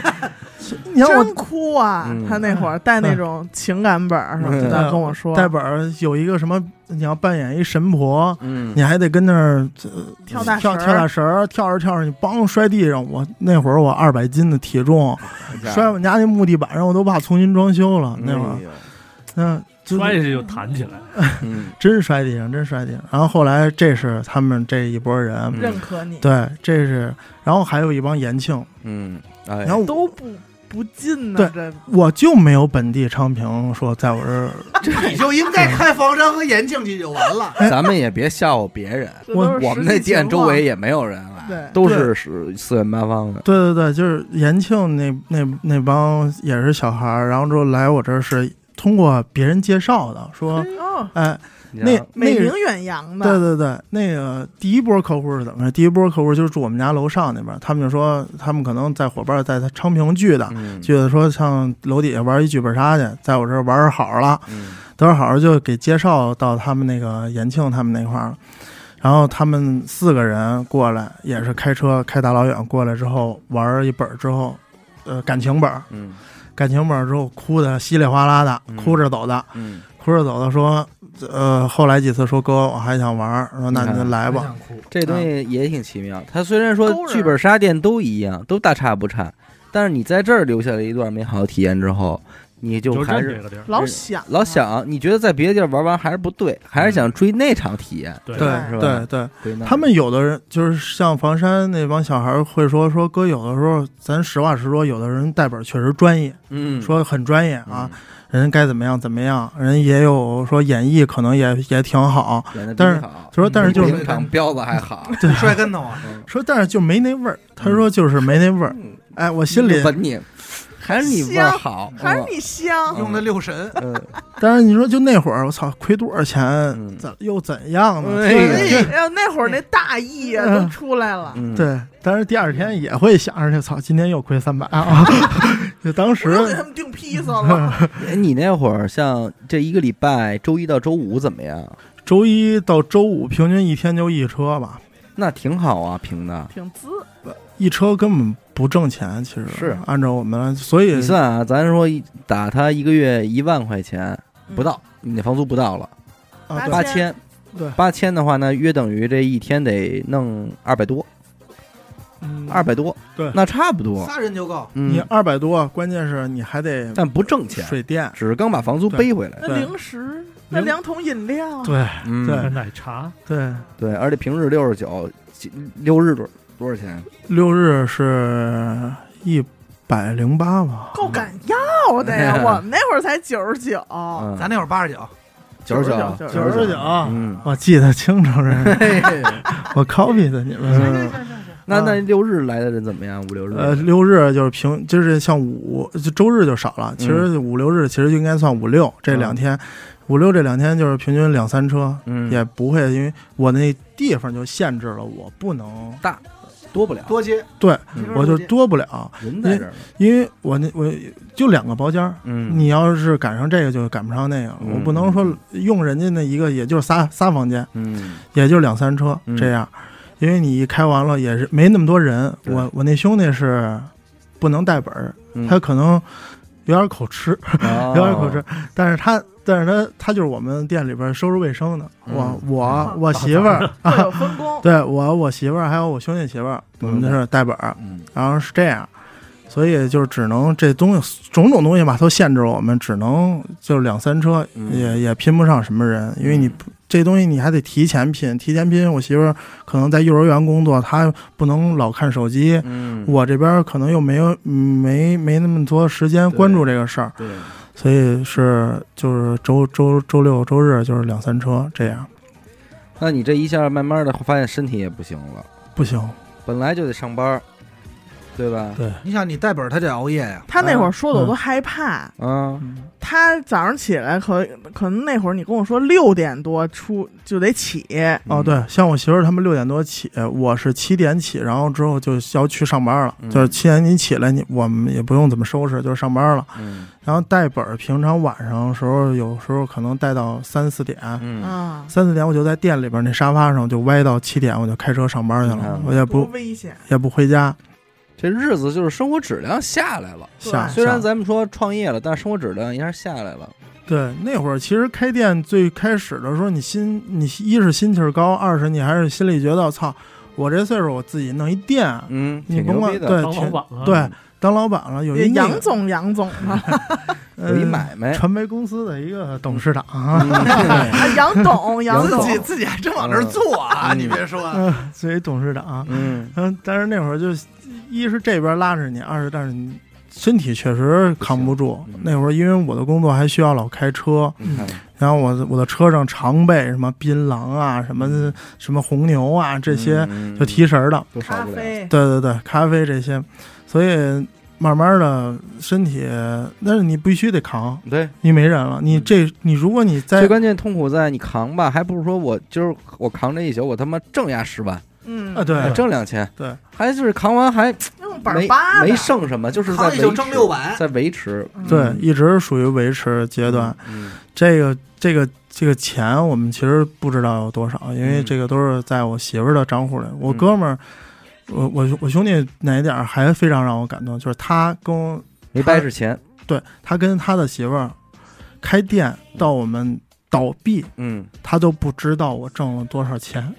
你看真我哭啊嗯！他那会儿带那种情感本儿什么的嗯跟我说，带本儿有一个什么，你要扮演一神婆，嗯你，还得跟那儿跳大跳绳儿跳大绳儿，跳着跳着你梆摔地上，我那会儿我二百斤的体重，啊摔我们家那木地板上，我都怕重新装修了。那会儿，那就摔下去就弹起来，嗯，真摔地上，真摔地上。然后后来这是他们这一波人，嗯认可你，对，这是，然后还有一帮延庆，嗯，哎然，后我都不不进呢对。这我就没有本地昌平说在我这儿，你就应该开房山和延庆去就完了。咱们也别笑话别人，这都是我们那实际情店周况围也没有人来，对都是是四面八方的，对对对，就是延庆那那那帮也是小孩儿，然后之后来我这儿是通过别人介绍的，说，嗯哦，哎，你那知道吗那美个名远扬的，对对对，那个第一波客户是怎么着？第一波客户就是住我们家楼上那边儿，他们就说他们可能在伙伴在他昌平聚的，嗯聚的说上楼底下玩一剧本杀去，在我这儿玩儿好了，嗯等会儿好了就给介绍到他们那个延庆他们那块儿了。然后他们四个人过来，也是开车开大老远过来之后玩儿一本儿之后，呃，感情本儿，嗯感情本儿之后哭的稀里哗啦的，哭着走的。嗯，哭着走的说，呃，后来几次说哥，我还想玩儿，说那你就来吧。想哭，这东西也挺奇妙。它虽然说嗯勾人剧本杀店都一样，都大差不差，但是你在这儿留下了一段美好的体验之后，你就就还认是这个地儿。老啊想老想，你觉得在别的地儿玩完还是不对，还是想追那场体验。对对是吧对对，回那儿嗯他们有的人就是像房山那帮小孩儿会说说哥，有的时候咱实话实说，有的人带本儿确实专业，嗯说很专业嗯啊，人该怎么样怎么样，人也有说演绎可能也也挺好，演的比但是你好，他说但是就比是平常彪子还好，摔跟头啊！说但是就没那味儿，他说就是没那味儿，嗯哎，我 心里，闻你还是你味儿好，还是你香，用的六神，嗯但是你说就那会儿，我操，亏多少嗯钱，怎又怎样呢？哎呀就是哎呦，那会儿那大意啊嗯都出来了，嗯，对，但是第二天也会想着，操，今天又亏三百 啊！就当我又给他时们订披萨了，哎你那会儿像这一个礼拜，周一到周五怎么样？周一到周五平均一天就一车吧，那挺好啊，平的。挺滋。一车根本不挣钱，其实是按照我们，所以你算啊，咱说一打他一个月一万块钱嗯不到，你的房租不到了，啊，八八对千千。对八千的话呢，约等于这一天得弄二百多，嗯二百多，对那差不多。仨人就够。你嗯，二百多，关键是你还得但不挣钱，水电，只是刚把房租对背回来。那对零食，那两桶饮料，对嗯对奶茶对，对，而且平日六十九，六日多多少钱？六日是一百零八吧，够敢要的呀！嗯我们那会儿才九十九，嗯，咱那会儿八十九，九十99九，九十九，啊啊嗯，我记得清 楚是，我 copy 的你们。嗯那那六日来的人怎么样？五六日，啊呃，六日就是平，就是像五就周日就少了。嗯其实五六日其实就应该算五六这两天，五六这两天就是平均两三车，嗯，也不会因为我那地方就限制了，我不能，多不了，多接，对嗯平时我就多接多不了，人在这儿呢。因为我那我就两个包间儿。嗯，你要是赶上这个，就赶不上那个。嗯我不能说用人家那一个，也就是仨仨房间， 嗯也就两三车嗯这样，因为你一开完了也是没那么多人。对我我那兄弟是不能带本儿，嗯，哦他可能有点口吃，有有点口吃，但是他但是他他就是我们店里边收拾卫生的，嗯我我我媳妇 儿，会有分工。对我我媳妇儿还有我兄弟媳妇儿，我们就是带本儿， 嗯，然后是这样。所以就是只能这东西种种东西吧，都限制了我们，只能就两三车，嗯也也拼不上什么人，因为你不这东西你还得提前拼，提前拼。我媳妇儿可能在幼儿园工作，她不能老看手机，嗯，我这边可能又没有嗯没没那么多时间对关注这个事儿，对，所以是就是周周周六周日就是两三车这样，那你这一下慢慢的发现身体也不行了，不行，本来就得上班儿，对吧？对，你想，你带本儿他得熬夜呀，他那会儿说的我都害怕。啊，嗯他早上起来可可能那会儿你跟我说六点多出就得起，嗯哦，对，像我媳妇儿他们六点多起，我是七点起，然后之后就要去上班了。嗯就是七点你起来，你我们也不用怎么收拾，就是上班了。嗯，然后带本儿，平常晚上的时候有时候可能带到三四点，嗯嗯，啊，三四点我就在店里边那沙发上就歪到七点，我就开车上班去你了看，我也多不危险！也不回家。这日子就是生活质量下来了。对下虽然下咱们说创业了，但是生活质量一下下来了。对，那会儿其实开店最开始的时候，你心你一是心气儿高，二是你还是心里觉得操，我这岁数我自己弄一店，嗯，你挺甭牛管逼的，对当老挺板了，对，当老板了，有一那杨个总，杨总啊，呃有一买卖。传媒公司的一个董事长 啊，嗯杨董，杨杨 自总己自己还真往这儿坐啊！嗯你别说， 嗯，作为董事 长，嗯，嗯，但是那会儿就一是这边拉着你，二是但是你身体确实扛不住不行嗯。那会儿因为我的工作还需要老开车，你看，然后我的我的车上常备什么槟榔啊、什么什么红牛啊 这些嗯就提神儿的，都少咖不了。啡，对对对，咖啡这些，所以。慢慢的，身体，但是你必须得扛，对，你没人了。你这，你如果你在嗯最关键痛苦在你扛吧，还不如说我今儿我扛这一宿，我他妈挣压十万，嗯啊，，对还，挣两千，对，还就是扛完还用本儿没八的没剩什么，就是在行维持业就挣六百，在维持嗯对，一直属于维持阶段。，嗯这个这个这个钱我们其实不知道有多少，因为嗯这个都是在我媳妇儿的账户里。我哥们儿，我我我兄弟哪一点儿还非常让我感动，就是他跟我没掰之前，对他跟他的媳妇儿开店到我们倒闭，嗯，他都不知道我挣了多少钱。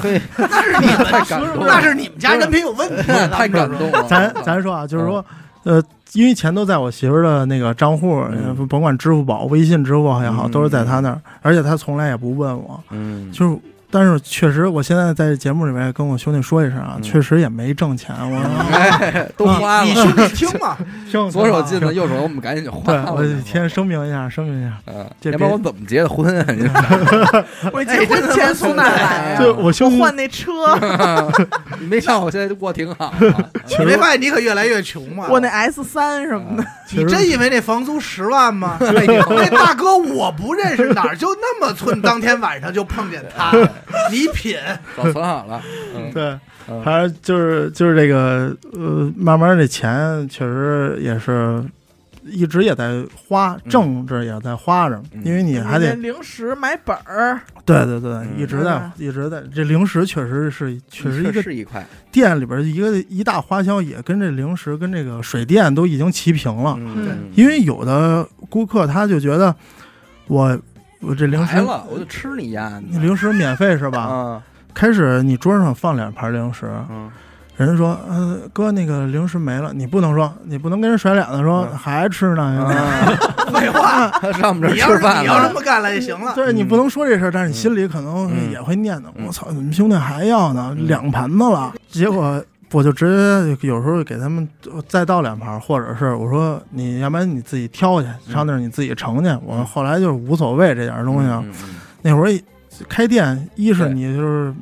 嘿，那是你们太感动了 那是你们家人品有问题，太感动了， 咱咱说啊，就是说，呃，因为钱都在我媳妇儿的那个账户，嗯呃甭管支付宝、微信、支付宝也好，嗯都是在他那儿，而且他从来也不问我，嗯，就是。但是确实，我现在在节目里面也跟我兄弟说一声啊，嗯确实也没挣钱，我哎，都花你了，兄弟听嘛，左手 进的，右手我们赶紧就花对，了。我先声明一下，声明一下，嗯，这要不然我别怎么结的婚啊？你 我结婚钱从哪儿来哎呀？就我兄弟换那车，说你没看我现在就过挺好啊，你没发现你可越来越穷吗？我那 S 三什么的，你真以为那房租十万吗？哎呦那大哥我不认识哪儿，就那么寸，当天晚上就碰见他，你品，早存好了，嗯对，嗯还是就是就是这个呃，慢慢这钱确实也是一直也在花，嗯挣着也在花着，嗯因为你还得那零食买本儿，对对对，嗯一直在嗯一直在这零食确实是确实确一个啊是一块，店里边一个一大花销，也跟这零食跟这个水电都已经齐平了。嗯，因为有的顾客他就觉得我我这零食来了我就吃你丫的你零食免费是吧？啊，开始你桌上放两盘零食，嗯人家说嗯、呃哥那个零食没了，你不能说你不能跟人甩脸子说、嗯还吃呢。啊， 废话，他上我们这你儿要吃是饭你要这了，么干了就行了。 对你不能说这事儿，但是你心里可嗯能也会念叨：“嗯我操，你们兄弟还要呢，嗯两盘子了。”结果我就直接有时候给他们再倒两盘，或者是我说：“你要不然你自己挑去，上那儿你自己盛去。”我后来就是无所谓这点儿东西啊。嗯，嗯那会儿开店，一是对你就是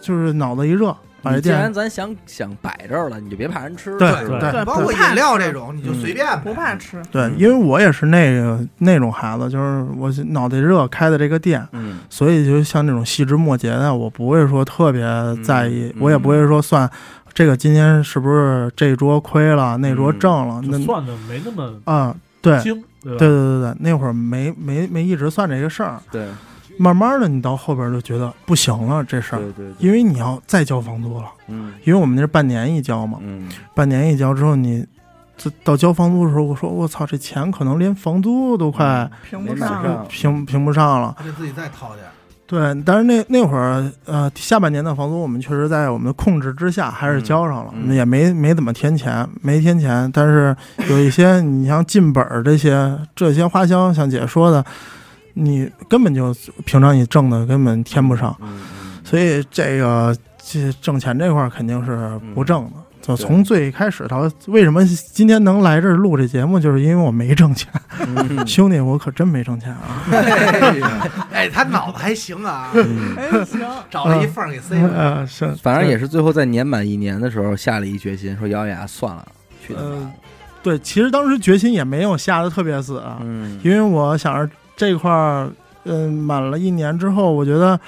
就是脑子一热，把这你既然店咱想想摆这儿了，你就别怕人吃，哎啊对是吧对对包括不怕饮料这种，你就随便呗不怕吃，对嗯，因为我也是那个那种孩子，就是我是脑袋热开的这个店，嗯所以就像这种细枝末节的，我不会说特别在意，嗯我也不会说算这个今天是不是这桌亏了，那嗯桌挣了，就那算的没那么啊、对对精，对对吧？对对，那会儿没没没一直算这个事儿，对慢慢的你到后边就觉得不行了这事儿，对对，因为为你要再交房租了，嗯因为我们那是半年一交嘛，嗯半年一交之后你。这到交房租的时候，我说我操，这钱可能连房租都快、评不没买上上了。评评不上了。还得自己再掏点儿。对，但是那那会儿，呃，下半年的房租我们确实在我们的控制之下，还是交上了，嗯嗯我们也没没怎么添钱，没添钱。但是有一些你像进本儿这些这些花销，像姐说的，你根本就平常你挣的根本添不上，嗯嗯嗯所以这个这挣钱这块儿肯定是不挣的。就从最开始到为什么今天能来这儿录这节目，就是因为我没挣钱， 嗯 兄弟，我可真没挣钱啊！哎，他脑子还行啊，哎，行，找了一缝儿给塞了。呃，是， 反正也是最后在年满一年的时候下了一决心，说咬咬牙算了，去他妈呃的，对，其实当时决心也没有下的特别死啊，嗯，因为我想着这块儿，嗯、满了一年之后，我觉得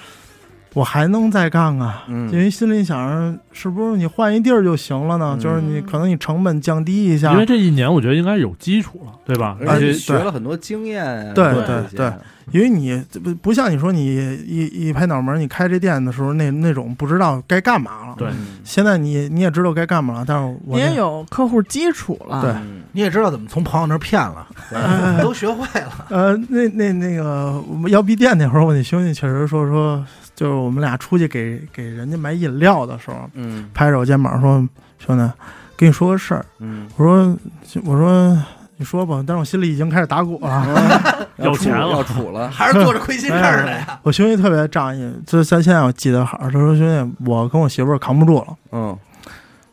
我还能再干啊，嗯因为心里想着是不是你换一地儿就行了呢？嗯就是你可能你成本降低一下因，为这一年我觉得应该有基础了，对吧？而且啊对学了很多经验啊，对这对些对，因为你这不不像你说你一一拍脑门儿，你开这店的时候那那种不知道该干嘛了。对嗯现在你你也知道该干嘛了，但是我你也那有客户基础了，对嗯你也知道怎么从朋友那儿骗了， 对嗯都学会了。呃那那那个我们摇逼店那会儿，我那兄弟确实说说，就是我们俩出去给给人家买饮料的时候，嗯拍着我肩膀说：“兄弟，跟你说个事儿。”嗯，我说：“我说你说吧。”但是我心里已经开始打鼓了。要有处钱了要处了，还是做着亏心事儿的呀， 我兄弟特别仗义，就是咱现在我记得好，他说：“兄弟，我跟我媳妇儿扛不住了，嗯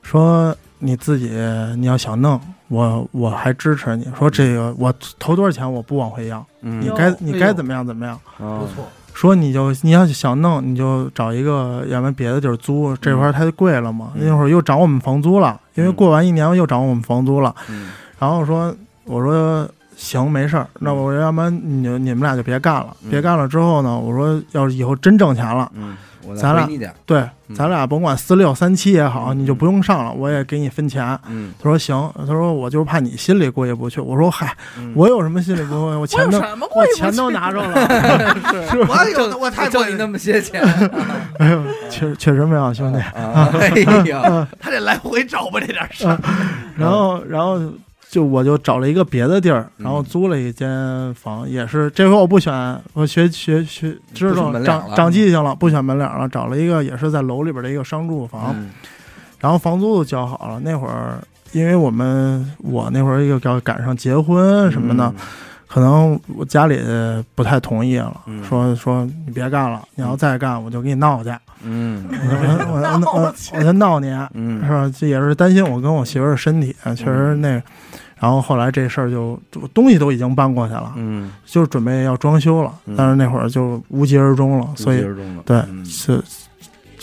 说你自己你要想弄，我我还支持你。说这个我投多少钱我不往回要，嗯，哦你哟该你哎该呦怎么样怎么样。”不不，错。说你就你要想弄，你就找一个，要不然别的地儿租，这块儿太贵了嘛。嗯那会儿又涨我们房租了，因为嗯过完一年又涨我们房租了。嗯然后说，我说行，没事儿，那我要不然你就你们俩就别干了，嗯别干了之后呢，我说要是以后真挣钱了，嗯，我咱再俩回你点儿，对，嗯咱俩甭管四六三七也好，嗯你就不用上了，我也给你分钱。嗯，他说行，他说我就是怕你心里过意不去。我说嗨，嗯我有什么心里不过意？我我钱有都什么我过意不去钱都拿着了， 我有我太过挣你瘾那么些 钱，哎呦，确确实没有兄弟。啊哎 嗯呀，他得来回找吧这点事儿。嗯然后，然后就我就找了一个别的地儿，嗯然后租了一间房，也是这回我不选，我学学学知不选道门脸了嗯长长记性了，不选门脸了，找了一个也是在楼里边的一个商住房，嗯然后房租都交好了。那会儿，因为我们我那会儿又要赶上结婚什么嗯的，，可能我家里不太同意了，嗯说说你别干了，你要再干我就给你闹去， 嗯我就我我我我闹去我就闹你。啊嗯是吧？这也是担心我跟我媳妇儿的身体，啊确实那个。然后后来这事儿就就东西都已经搬过去了，嗯，就准备要装修了嗯，但是那会儿就无疾而终了，所无疾以而终了对嗯是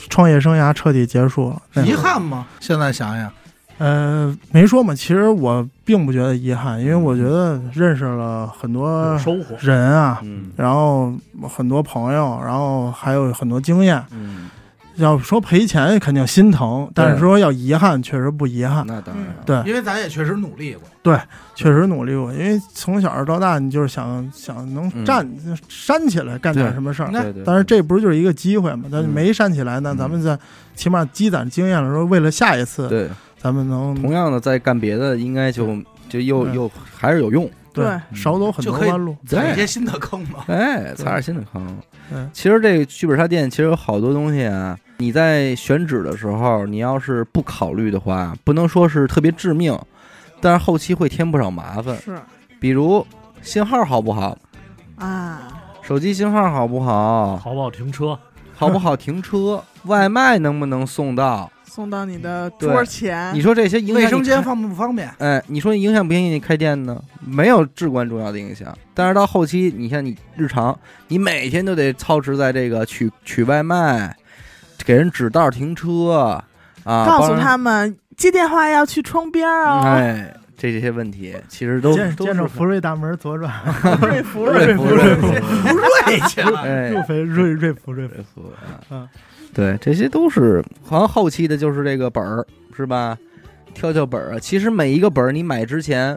创业生涯彻底结束了。那会儿遗憾吗？现在想想，呃，没说嘛，其实我并不觉得遗憾，嗯因为我觉得认识了很多有收获。人啊，嗯然后很多朋友，然后还有很多经验。嗯，要说赔钱肯定心疼，但是对嗯说要遗憾，确实不遗憾。那当然了，对因为咱也确实努力过，确实努力过，因为从小到大，你就是想想能站、煽起来干点什么事儿。嗯对对，但是这不是就是一个机会嘛？但是嗯没煽起来呢，嗯咱们在起码积攒经验了，说为了下一次，对咱们能同样的在干别的，应该就就又嗯又还是有用，对对嗯少走很多弯路。踩对一些新的坑嘛。哎，擦点新的坑。嗯其实这个剧本杀店其实有好多东西啊，你在选址的时候，你要是不考虑的话，不能说是特别致命，但是后期会添不少麻烦。是比如信号好不好，啊，手机信号好不好，淘宝停车，好不好停车，外卖能不能送到？送到你的对桌前，你说这些影响卫你生开间方不方便？哎，你说影响不影响你开店呢？没有至关重要的影响，但是到后期，你像你日常，你每天都得操持在这个取取外卖，给人指道停车啊，告帮诉人他们接电话要去窗边儿嗯哦，哎，这这些问题其实都见都见着是福瑞大门左转，瑞福瑞福福瑞瑞福不瑞气了，哎又肥瑞瑞福瑞福。瑞福啊嗯，对，这些都是好像后期的就是这个本儿是吧？挑挑本儿啊，其实每一个本儿你买之前，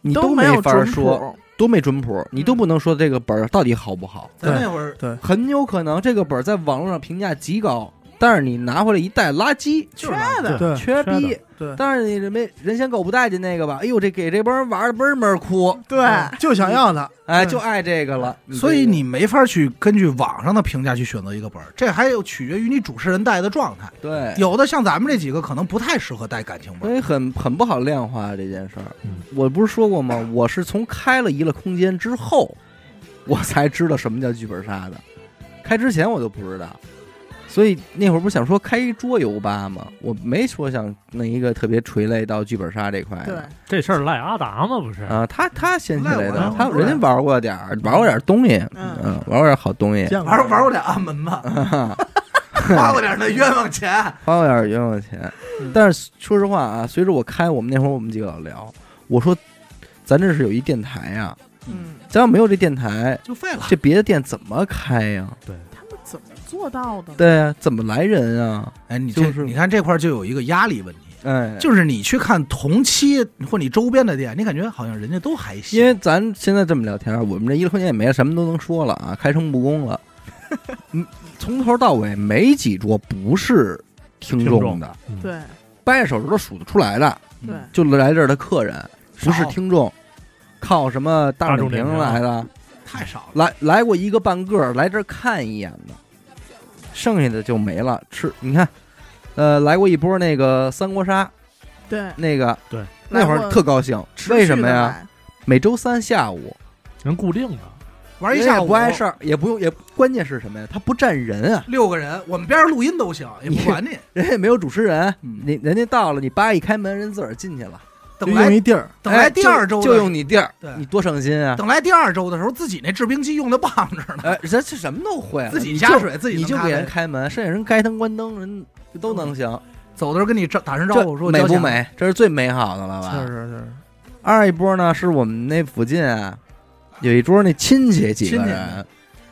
你都没没有法儿准说，谱，都没准谱，你都嗯不能说这个本儿到底好不好。咱对那会儿很有可能这个本儿在网络上评价极高，但是你拿回来一袋垃圾，就是缺的对缺缺逼。嗯对，但是你人没人嫌狗不待见那个吧？哎呦，这给这帮人玩的倍儿闷儿哭，对，就想要的，哎，对就爱这个了。所以这个你没法去根据网上的评价去选择一个本儿，这还有取决于你主持人带的状态。对，有的像咱们这几个可能不太适合带感情本所儿，以很很不好量化啊这件事儿嗯。我不是说过吗？我是从开了娱乐空间之后，我才知道什么叫剧本杀的。开之前我都不知道，所以那会儿不是想说开一桌游吧吗？我没说想弄一个特别垂类到剧本杀这块的。对，这事儿赖阿达吗？不是，啊，他他先起来赖的我，他我不是人家玩过点儿，玩过点儿东西，嗯嗯，玩过点儿好东西，见过玩玩过点暗门 吧，花过点那冤枉钱。花过点儿冤枉钱。嗯但是说实话啊，随着我开，我们那会儿我们几个老聊，我说咱这是有一电台啊呀、嗯，咱要没有这电台，就废了。这别的店怎么开呀、他们怎么做到的呢？对呀，怎么来人啊？哎，你这、就是你看这块儿就有一个压力问题，哎，就是你去看同期或你周边的店，你感觉好像人家都还行，因为咱现在这么聊天儿，我们这一多年也没什么都能说了啊，开诚布公 了。嗯，从头到尾没几桌不是听听众众的，嗯，对掰着手指头数得出来的，嗯对，就来这儿的客人不是少听众，靠什么大大众众点点评评啊来的？太少了。来来过一个半个儿，来这儿看一眼的，剩下的就没了。吃，你看，呃，来过一波那个三国杀，对，那个对那会来儿过特高兴，持为续什么地呀？来？每周三下午人固定的，玩一人下也午不碍事儿，也不用也关键是什么呀？他不占人啊， 六个人，我们边上录音都行，也不管你。人家也没有主持人，嗯你人家到了，你叭一开门，人自个儿进去了。就等用来一地儿，等来哎第二周就就的用你地儿对，你多省心啊！等来第二周的时候，自己那制冰机用的棒着呢，哎，人这什么都会了，自己你加就水自己你弄就咖给啡人开门，剩下人该灯关灯人都能行。走的时候跟你招打声招这呼嗯说美交不钱？啊美？这是最美好的了确吧？实是。二一波呢，是我们那附近啊，有一桌那亲戚几个亲戚人，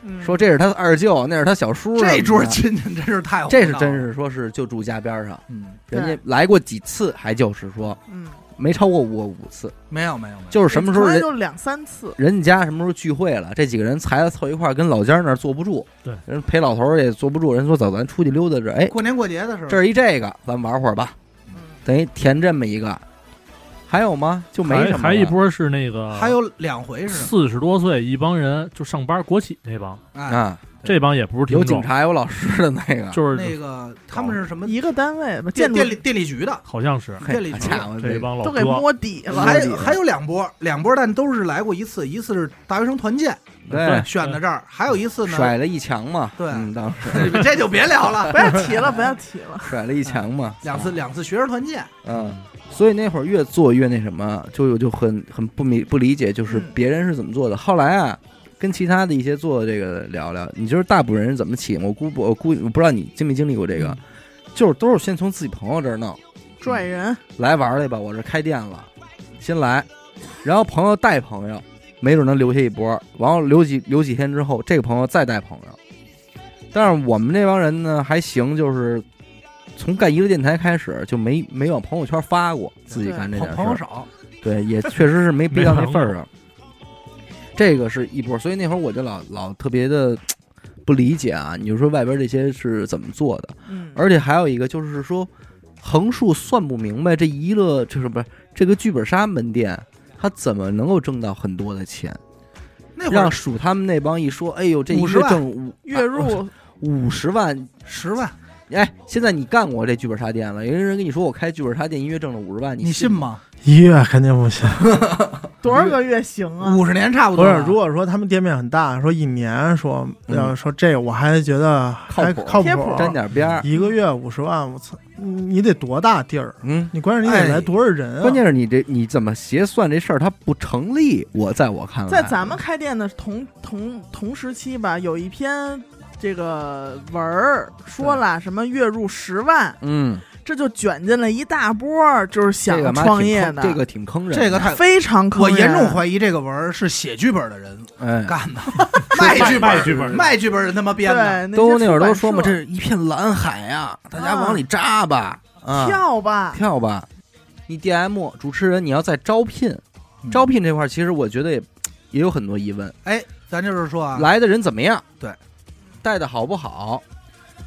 嗯说这是他二舅，那是他小叔什么的，这桌亲戚真是太胡闹了这是真，是说是就住家边上，嗯，人对家来过几次，还就是说嗯，哎没超过五五次，没有没有没有，就是什么时候从来人就两三次，人家家什么时候聚会了，这几个人才凑一块儿，跟老家那儿坐不住，对，人陪老头儿也坐不住，人说走，咱出去溜达着，哎，过年过节的时候，这是一这个，咱玩会儿吧，嗯，等于填这么一个，还有吗？就没什还么还一了波是那个，还有两回是四十多岁一帮人就上班，国企那帮，哎，啊，这帮也不是听有众，警察有老师的那个，就是那个他们是什么一个单位吧，电建筑电力电力局的，好像是电力好局哎家伙，这这帮老都给哥，摸底了，还底有还有两波，两波但都是来过一次，一次是大学生团建对选的这儿，还有一次呢，哎甩了一墙嘛，对嗯，当时你们这就别聊了，不要提了，不要提了，甩了一墙嘛，两次两次学生团建，嗯，所以那会儿越做越那什么，就就很很不明不理解，就是嗯别人是怎么做的。后来啊，跟其他的一些做这个聊聊，你就是大部分人是怎么起嘛，我估不我估我不知道你经没经历过这个，就是都是先从自己朋友这儿弄嗯拽人，来玩儿来吧，我这开店了，先来，然后朋友带朋友，没准能留下一波，然后留几留几天之后，这个朋友再带朋友。但是我们这帮人呢还行，就是从干一个电台开始就没没往朋友圈发过自己干这件事朋朋友儿，少，对，也确实是没逼到那份儿没上。这个是一波，所以那会儿我就老老特别的不理解啊，你就说外边这些是怎么做的，嗯，而且还有一个就是说，横竖算不明白这一乐就是不是这个剧本杀门店，它怎么能够挣到很多的钱？那会让儿数他们那帮一说，哎呦，这一50个万挣五月啊入五十万，十万，哎，现在你干过这剧本杀店了，有人跟你说我开剧本杀店一月挣了五十万，你信信？吗？一月肯定不行，多少个月行啊？五十年差不不多是吧，。如果说他们店面很大，说一年说嗯要说这，我还觉得还靠谱靠贴谱沾点边儿，一个月五十万，我操，你你得多大地儿？嗯。你关键你得来多少人嗯啊？关键是你这你怎么结算这事儿，它不成立。我在我看来，在咱们开店的同同同时期吧，有一篇这个文儿说了什么月入十万，嗯，这就卷进了一大波儿就是这个想妈创挺业坑的，这个挺坑人的，这个太，非常坑我人。严重怀疑这个文儿是写剧本的人哎，干的，卖剧卖本剧本，卖剧本人他妈编的，对，都些那会儿都说出版嘛，社这是一片蓝海啊，大家往里扎吧，啊，跳吧，跳吧。你 DM 主持人，你要在招聘，嗯招聘这块儿，其实我觉得也也有很多疑问，哎，咱就是说啊，来的人怎么样？对，带的好不好？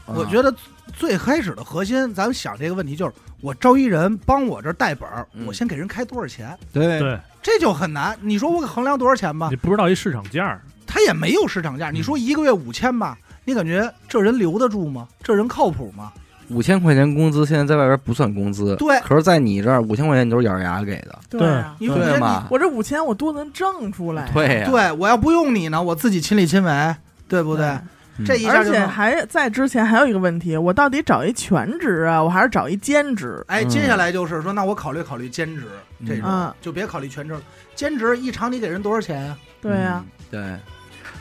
啊我得觉得最开始的核心，咱们想这个问题就是，我招一人帮我这儿带本儿，嗯我先给人开多少钱，对，对这就很难。你说我衡量多少钱吧啊你，不知道一市场价儿，他也没有市场价。你说一个月五千吧，你感觉这人留得住吗？这人靠谱吗？五千块钱工资现在在外边不算工资，对可是在你这儿五千块钱你都是咬着牙给的，对啊你对首先你吗？我这五千我多能挣出来，对呀，对我要不用你呢，我自己亲力亲为，对不对？嗯这一下而就且弄还在之前还有一个问题，我到底找一全职啊，我还是找一兼职？哎，嗯接下来就是说，那我考虑考虑兼职这种，嗯就别考虑全职了。兼职一场你给人多少钱呀、对啊呀、嗯对，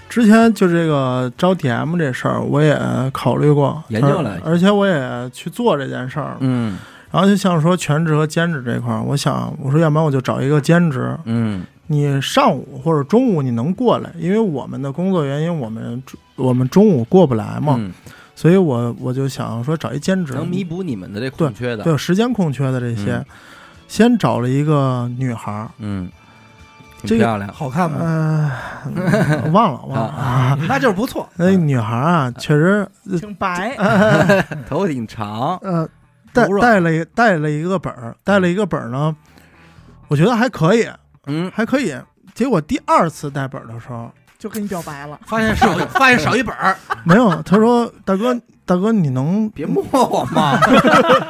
之前就这个招 TM 这事儿，我也考虑过，研究了而而且我也去做这件事儿了。嗯然后就像说全职和兼职这块儿，我想我说，要不然我就找一个兼职，嗯你上午或者中午你能过来，因为我们的工作原因，我们我们中午过不来嘛，嗯，所以我我就想说找一兼职，能弥补你们的这空缺的，对时间空缺的这些，嗯先找了一个女孩儿，嗯，挺这个漂亮，好看吗？嗯、 呃，忘了忘了啊，嗯那就是不错。那女孩儿啊，确实，挺白，头发挺长， 呃，带柔软带了一带了一个本儿，带了一个本儿呢，我觉得还可以，嗯，还可以。结果第二次带本儿的 时候，就跟你表白了。 发现 少一，发现少一本儿，没有，他说大哥大哥，你 能别摸我嘛，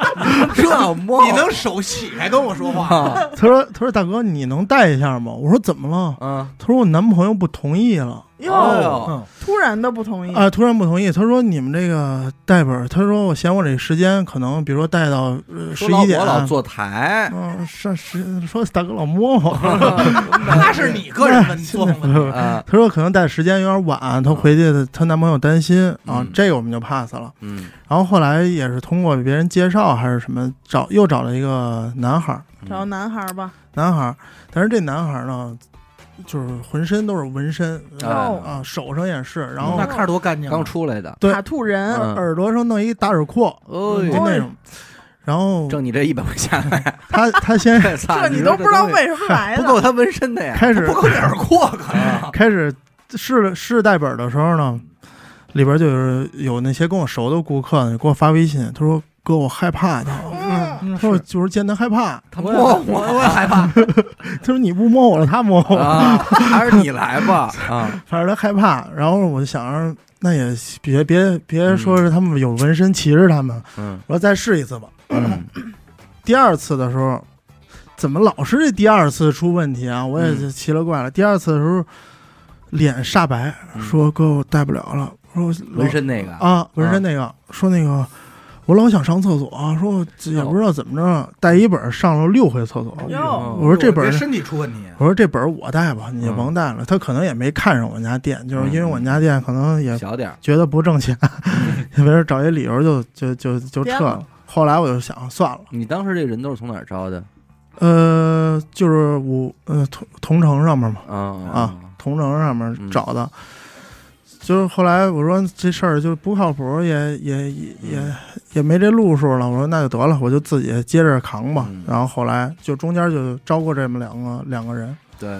这我摸你能手洗还跟我说话？啊？他说：“他说大哥，你能带一下吗？”我说：“怎么了嗯，？”他说：“我男朋友不同意了。哟、哎呦嗯”突然的不同意啊、突然不同意。他说：“你们这个带本儿，他说我嫌我这时间可能，比如说带到呃十说一、老11点啊我。老坐台，嗯，上十说大哥老摸我， 那嗯 是你个人问题作风问题。啊，他说可能带时间有点晚，他回去她男朋友担心啊，嗯这个我们就 pass 了。嗯然后后来也是通过别人介绍还是什么找又找了一个男孩儿，找男孩吧，男孩儿，但是这男孩儿呢，就是浑身都是纹身哦啊，手上也是，然后嗯那看着多干净啊，刚出来的，对塔兔人、嗯耳朵上弄一打耳廓，哦嗯就那种。然后挣你这一百块钱来，他 他先操这你都不知道为什么来不的，够他纹身的呀，开始啊不够点儿过可能。开始试试带本的时候呢，里边就是有那些跟我熟的顾客呢，给我发微信，他说：“哥，我害怕他。”嗯，他说：“就是见他害怕。嗯他摸我我也害怕，”他说：“你不摸我了，他摸我。啊，还是你来吧啊，反正他害怕。然后我就想着，那也别别别说是他们有纹身歧视他们，嗯我说再试一次吧。嗯第二次的时候，怎么老是这第二次出问题啊？我也就奇了怪了。第二次的时候，脸煞白，嗯说哥我带不了了。我说老纹身那个，啊，纹身那个、说那个。我老想上厕所、说我这也不知道怎么着，带一本上了六回厕所。哟我说这本儿别身体出问题，啊我说这本儿我带吧，你就甭带了。他可能也没看上我们家店，就是因为我们家店可能也小点儿，觉得不挣钱， 没事儿找一理由就就就就颠撤了嗯了。后来我就想算了，你当时这人都是从哪儿招的？呃，就是我呃同同城上面嘛，啊啊，同城上嗯面找的。就是后来我说这事儿就不靠谱，也也嗯也也也没这路数了。我说那就得了，我就自己接着扛吧。嗯然后后来就中间就招过这么两个两个人，对，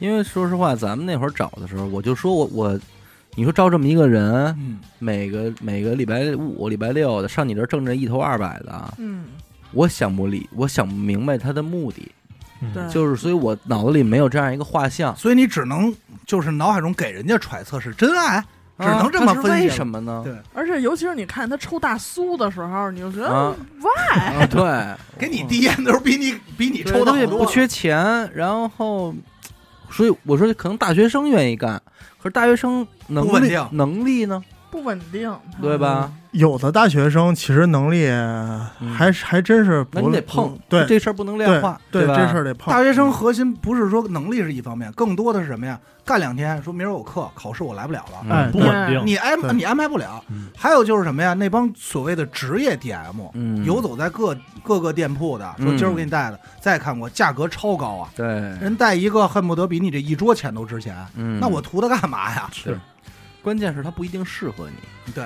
因为说实话，咱们那会儿找的时候，我就说我我，你说招这么一个人，嗯，每个每个礼拜五、礼拜六的上你这儿挣这一头二百的，嗯，我想不理，我想不明白他的目的，嗯对，就是所以我脑子里没有这样一个画像，所以你只能就是脑海中给人家揣测是真爱，只能这么啊他是分析为了什么呢？对而且尤其是你看他抽大苏的时候，你就觉啊得 why？啊，对，给你递烟的时候 比你比你 对抽的东西好不多。缺钱，然后，所以我说可能大学生愿意干，可是大学生能不稳力定能力呢？不稳定，嗯对吧？有的大学生其实能力还是、还真是不嗯那你得碰不，对这事儿不能量化，对吧？这事儿得碰嗯大。学生核心不是说能力是一方面，更多的是什么呀？干两天说明儿有课，考试我来不了嗯了，哎嗯不对稳定，你安对你安排不了嗯。还有就是什么呀？那帮所谓的职业 DM，嗯，游走在各各个店铺的，说嗯今儿我给你带的，再看我价格超高啊，对，人带一个恨不得比你这一桌钱都值钱，嗯，那我图它干嘛呀？是，关键是它不一定适合你。对，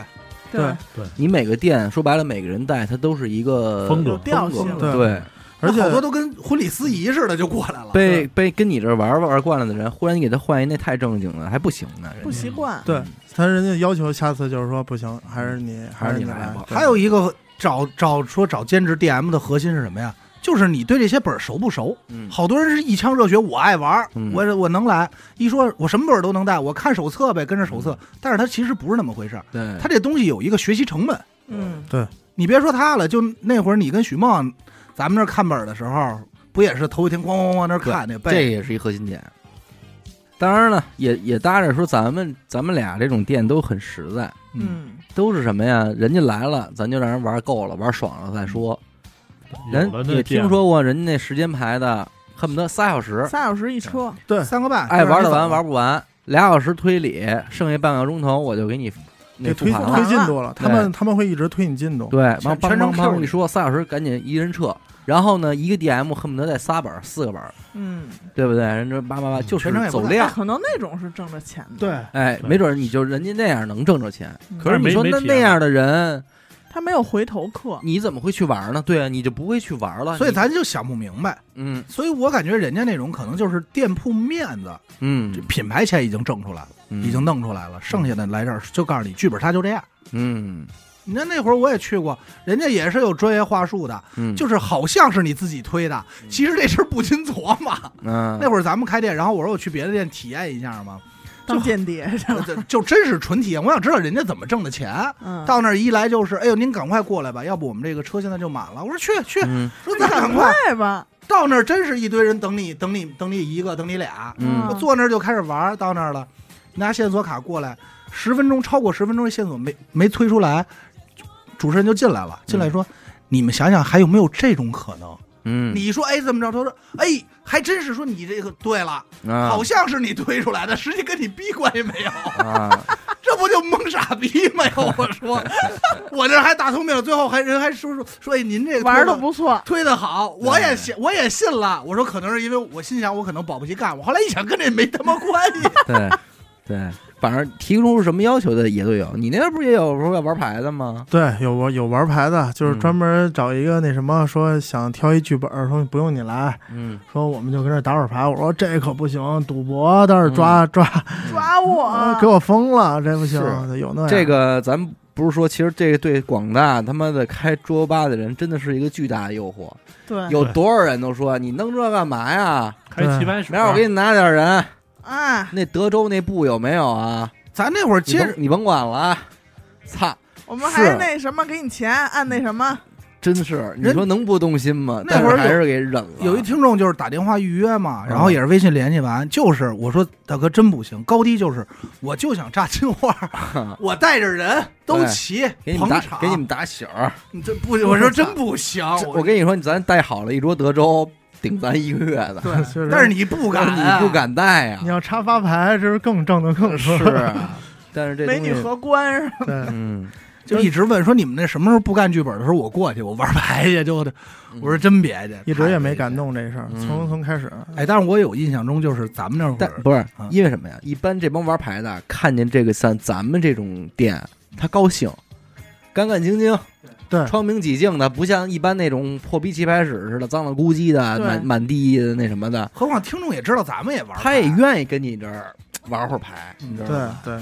对对，你每个店说白了，每个人带它都是一个风格有调性风了格对对，而且好多都跟婚礼司仪似的就过来了。被被跟你这玩玩惯了的人，忽然你给他换一那太正经的还不行呢，人家不习惯。对，嗯他人家要求下次就是说不行，还是你还是你你来来吧。对还有一个找找说找兼职 DM 的核心是什么呀？就是你对这些本儿熟不熟？嗯好多人是一腔热血，我爱玩儿嗯，我我能来。一说我什么本儿都能带，我看手册呗，跟着手册。但是它其实不是那么回事儿，嗯对，它这东西有一个学习成本。嗯，你别说他了，就那会儿你跟许梦，咱们那儿看本儿的时候，不也是头一天咣咣咣那儿看那这背？也是一核心点，当然了，也也搭着说咱们咱们俩这种店都很实在，嗯，都是什么呀？人家来了，咱就让人玩够了，玩爽了再说。人有了那也听店说过，人家那时间排的，恨不得仨小时，仨小时一车，对三个半，爱啊哎玩的玩，玩玩不完。俩小时推理，剩下半个钟头我就给你那给复推盘推了。进度了，他们他们会一直推你进度。对，然后全梆全程梆 Q 梆你一说，仨小时赶紧一人撤。然后呢，一个 DM 恨不得带仨本儿、四个本儿，嗯，对不对？人这叭叭叭嗯就是全程也不走带量 那。可能那种是挣着钱的，对，哎，对没准儿你就人家那样能挣着钱，嗯可是你没说没那体那验样的人，他没有回头客，你怎么会去玩呢？对啊，你就不会去玩了。所以你咱就想不明白。嗯所以我感觉人家那种可能就是店铺面子，这嗯，品牌钱已经挣出来了，嗯已经弄出来了，剩下的来这儿就告诉你剧本杀就这样。嗯你看那会儿我也去过，人家也是有专业话术的，嗯，就是好像是你自己推的，其实这事儿不禁琢磨。嗯那会儿咱们开店，然后我说我去别的店体验一下嘛，当间谍去了，呃这就真是纯体验，我想知道人家怎么挣的钱。嗯，到那儿一来就是，哎呦，您赶快过来吧，要不我们这个车现在就满了。我说去去，嗯说那咱赶赶快。吧，到那儿真是一堆人等你，等你，等你一个，等你俩。嗯我坐那儿就开始玩儿，到那儿了，拿线索卡过来，十分钟超过十分钟的线索没没推出来，主持人就进来了，进来说。你们想想还有没有这种可能？嗯，你说哎怎么着？他说哎还真是说你这个对了，啊好像是你推出来的，实际跟你逼关系没有，啊，这不就蒙傻逼吗？要我说，我这还打通命，最后还人还说说说哎您这个嗯玩推的得不错，推的好，我也对信，我也信了。我说可能是因为我心想我可能保不齐干，我后来一想跟这没他妈关系。 对对，反正提出什么要求的也都有。你那边不也有说要玩牌的吗？对，有玩有玩牌的，就是嗯专门找一个那什么，说想挑一剧本，说不用你来，嗯，说我们就跟这打会儿牌。我说这可不行，赌博倒是抓、抓，抓我，给我封了，这不行是，有那样这个咱不是说，其实这个对广大他妈的开桌吧的人真的是一个巨大的诱惑。对，有多少人都说你弄这干嘛呀？开齐白水明儿我给你拿点人，啊，那德州那布有没有啊？咱那会儿你接着甭你甭管了啊，操！我们还是那什么，给你钱，按那什么，真是，你人说能不动心吗？那会儿但是还是给忍了。有一听众就是打电话预约嘛，嗯然后也是微信联系完，就是我说大哥真不行，高低就是我就想炸金花， 我带着人都齐给你捧们打场，啊给你们打醒儿。你这不我说真不行，这我跟你说，你咱带好了一桌德州，顶咱一个月的，对确实，但是你不敢啊，你不敢带呀你？要插发牌，这是更挣的 更是多。啊，但是这美女东西，荷官是吧？对，嗯， 就一直问说你们那什么时候不干剧本的时候我过去我玩牌去就得，我说真别去，一直也太没危敢险。弄这事儿，嗯从从开始，哎，但是我有印象中就是咱们那会但儿不是啊因为什么呀？一般这帮玩牌的看见这个像咱们这种店，他高兴，干干净净，对窗明几净的，不像一般那种破逼棋牌室似的，脏了咕叽的，对满满地的那什么的，何况听众也知道咱们也玩儿牌，他也愿意跟你这儿玩会儿牌，嗯你知道对吗？对。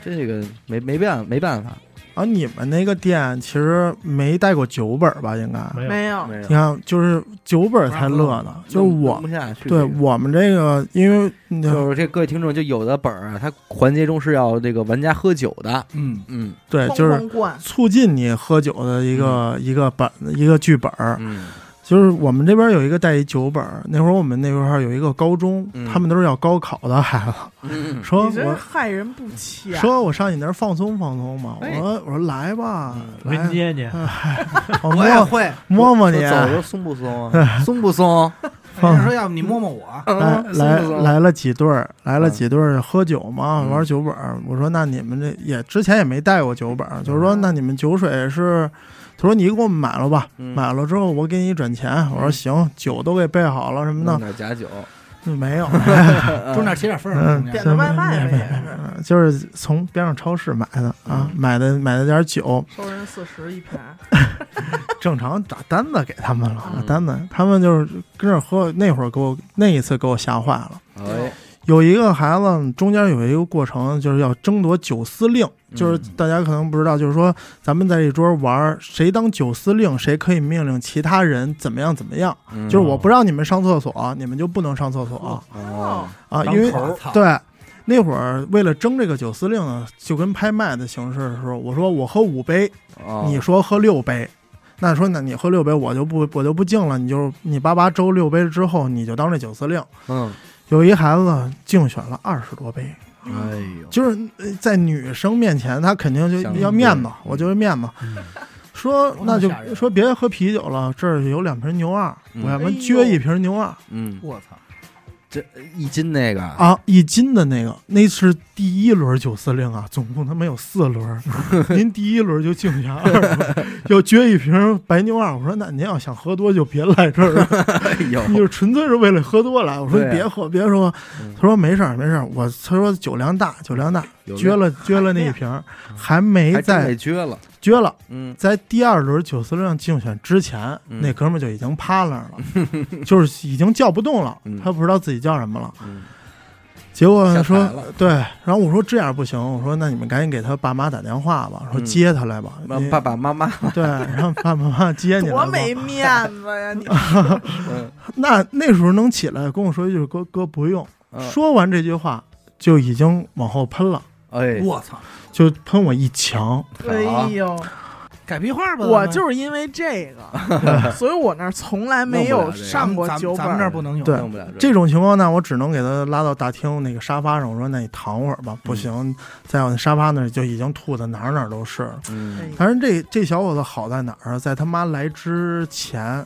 这个没没办没办法，啊，你们那个店其实没带过酒本吧？应该，没有没有，有你看，就是酒本才乐呢。就是我弄不，下去，对我们这个，因为你就是这各位听众，就有的本儿啊，它环节中是要这个玩家喝酒的，嗯，嗯对，哐就是哐灌，促进你喝酒的一个、一个本一个剧本儿。嗯就是我们这边有一个带一酒本儿，那会儿我们那块儿有一个高中，嗯他们都是要高考的孩子，嗯说你真是我。害人不浅，说我上你那儿放松放松嘛，我哎说我说来吧，嗯我给来你捏捏，我我也摸会。摸摸你，走来着松不松 啊？松不松？放人家说要不你摸摸我，嗯松来不松来了几对儿，来了嗯几对儿喝酒嘛，嗯玩酒本儿。我说那你们这也之前也没带过酒本儿，就是说那你们酒水是，他说你给我们买了吧，嗯买了之后我给你转钱。我说嗯行，酒都给备好了什么弄的，点假酒，嗯没 有，中间起点分儿嗯，中点间个行外卖呗没也没是没没就是从边上超市买的嗯啊，买的买的点儿酒，收人四十一瓶，正常打单子给他们了，嗯打单子，他们就是跟着喝。那会儿给我那一次给我吓坏了。哎，有一个孩子中间有一个过程，就是要争夺酒司令，嗯就是大家可能不知道，就是说咱们在这桌玩儿，谁当酒司令，谁可以命令其他人怎么样怎么样。嗯就是我不让你们上厕所，你们就不能上厕所哦，啊，当因为头儿操对。那会儿为了争这个酒司令呢，就跟拍卖的形式的时候，我说我喝五杯，哦你说喝六杯，那说那你喝六杯，我就不我就不敬了，你就你八八周六杯之后，你就当这酒司令。嗯有一孩子竞选了二十多杯，哎呦，就是呃在女生面前，他肯定就想要面子对，我就是面子。嗯说多那就吓人说别喝啤酒了，这儿有两瓶牛二，嗯我要不然撅一瓶牛二嗯，我操，这一斤那个啊，啊，一斤的那个，那是第一轮九司令啊，总共他妈有四 轮，您第一轮就竞选二轮，要撅一瓶白牛二，我说那您要想喝多就别来这儿了， 哎呦，你就纯粹是为了喝多来。我说对啊别喝，别说嗯。他说没事儿，没事儿。我他说酒量大，酒量大，有撅了撅了那一瓶儿，还没嗯还真给在撅了，撅了。嗯，在第二轮九四六竞选之前，嗯那哥们儿就已经趴那儿了， 就是已经叫不动了嗯，他不知道自己叫什么了。嗯结果下说台了对，然后我说这样不行，我说那你们赶紧给他爸妈打电话吧，说嗯接他来吧，妈你爸爸妈妈，对，让爸爸妈妈接哎你来多吧。没面子呀！你嗯，那那时候能起来跟我说一句哥哥不用，嗯，说完这句话就已经往后喷了，哎，我操，就喷我一墙。好哎呦，改壁画吧，我咱们就是因为这个，所以我那儿从来没有上过咱酒们咱本们这儿。儿不能有，对弄不了这种情况呢，我只能给他拉到大厅那个沙发上，我说：“那你躺会儿嗯吧。”不行，在我那沙发那儿就已经吐的哪儿哪儿都是了。嗯，反正这这小伙子好在哪儿啊？在他妈来之前，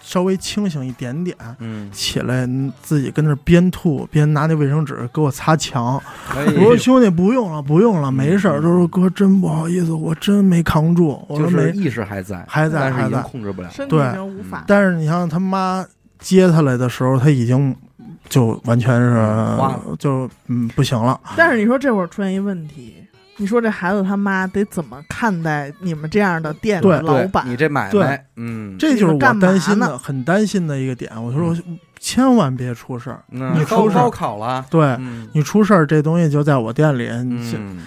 稍微清醒一点点，嗯，起来自己跟那儿边吐边拿那卫生纸给我擦墙。可我说：“兄弟，不用了，不用了，没事儿。”他说：“哥，真不好意思，我真没扛住。”我就说：“是没。意识还在，还在但是已经还在控制不了，身体对嗯已经无法”但是你像他妈接他来的时候，他已经就完全花是就嗯不行了。但是你说这会儿出现一问题，你说这孩子他妈得怎么看待你们这样的店对的对老你板？这买卖对，嗯，这就是我担心你们干嘛的，很担心的一个点。我就说，千万别出事儿。那你高出事高考了，对嗯你出事儿，这东西就在我店里。你嗯，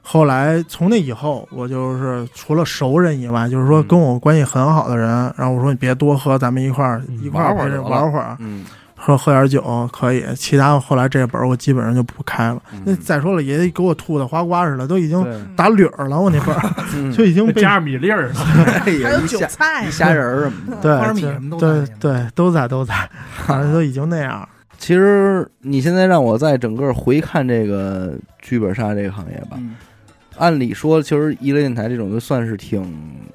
后来从那以后，我就是除了熟人以外，就是说嗯跟我关系很好的人，然后我说你别多喝，咱们一块儿嗯一块儿玩会儿陪着得了玩会儿，嗯，喝喝点酒可以。其他后来这本儿我基本上就不开了。那嗯再说了，也给我吐的花瓜似的，都已经 对，嗯打捋儿了，我那本儿嗯 就已经 跟被加上米粒儿似的，哎还呀，有一韭下菜一，虾仁儿什么的。对花生米就什么都在对那个对都在都在，反正都已经那样了。 其实你现在让我在整个回看这个剧本杀这个行业吧，嗯按理说，其实一类电台这种就算是挺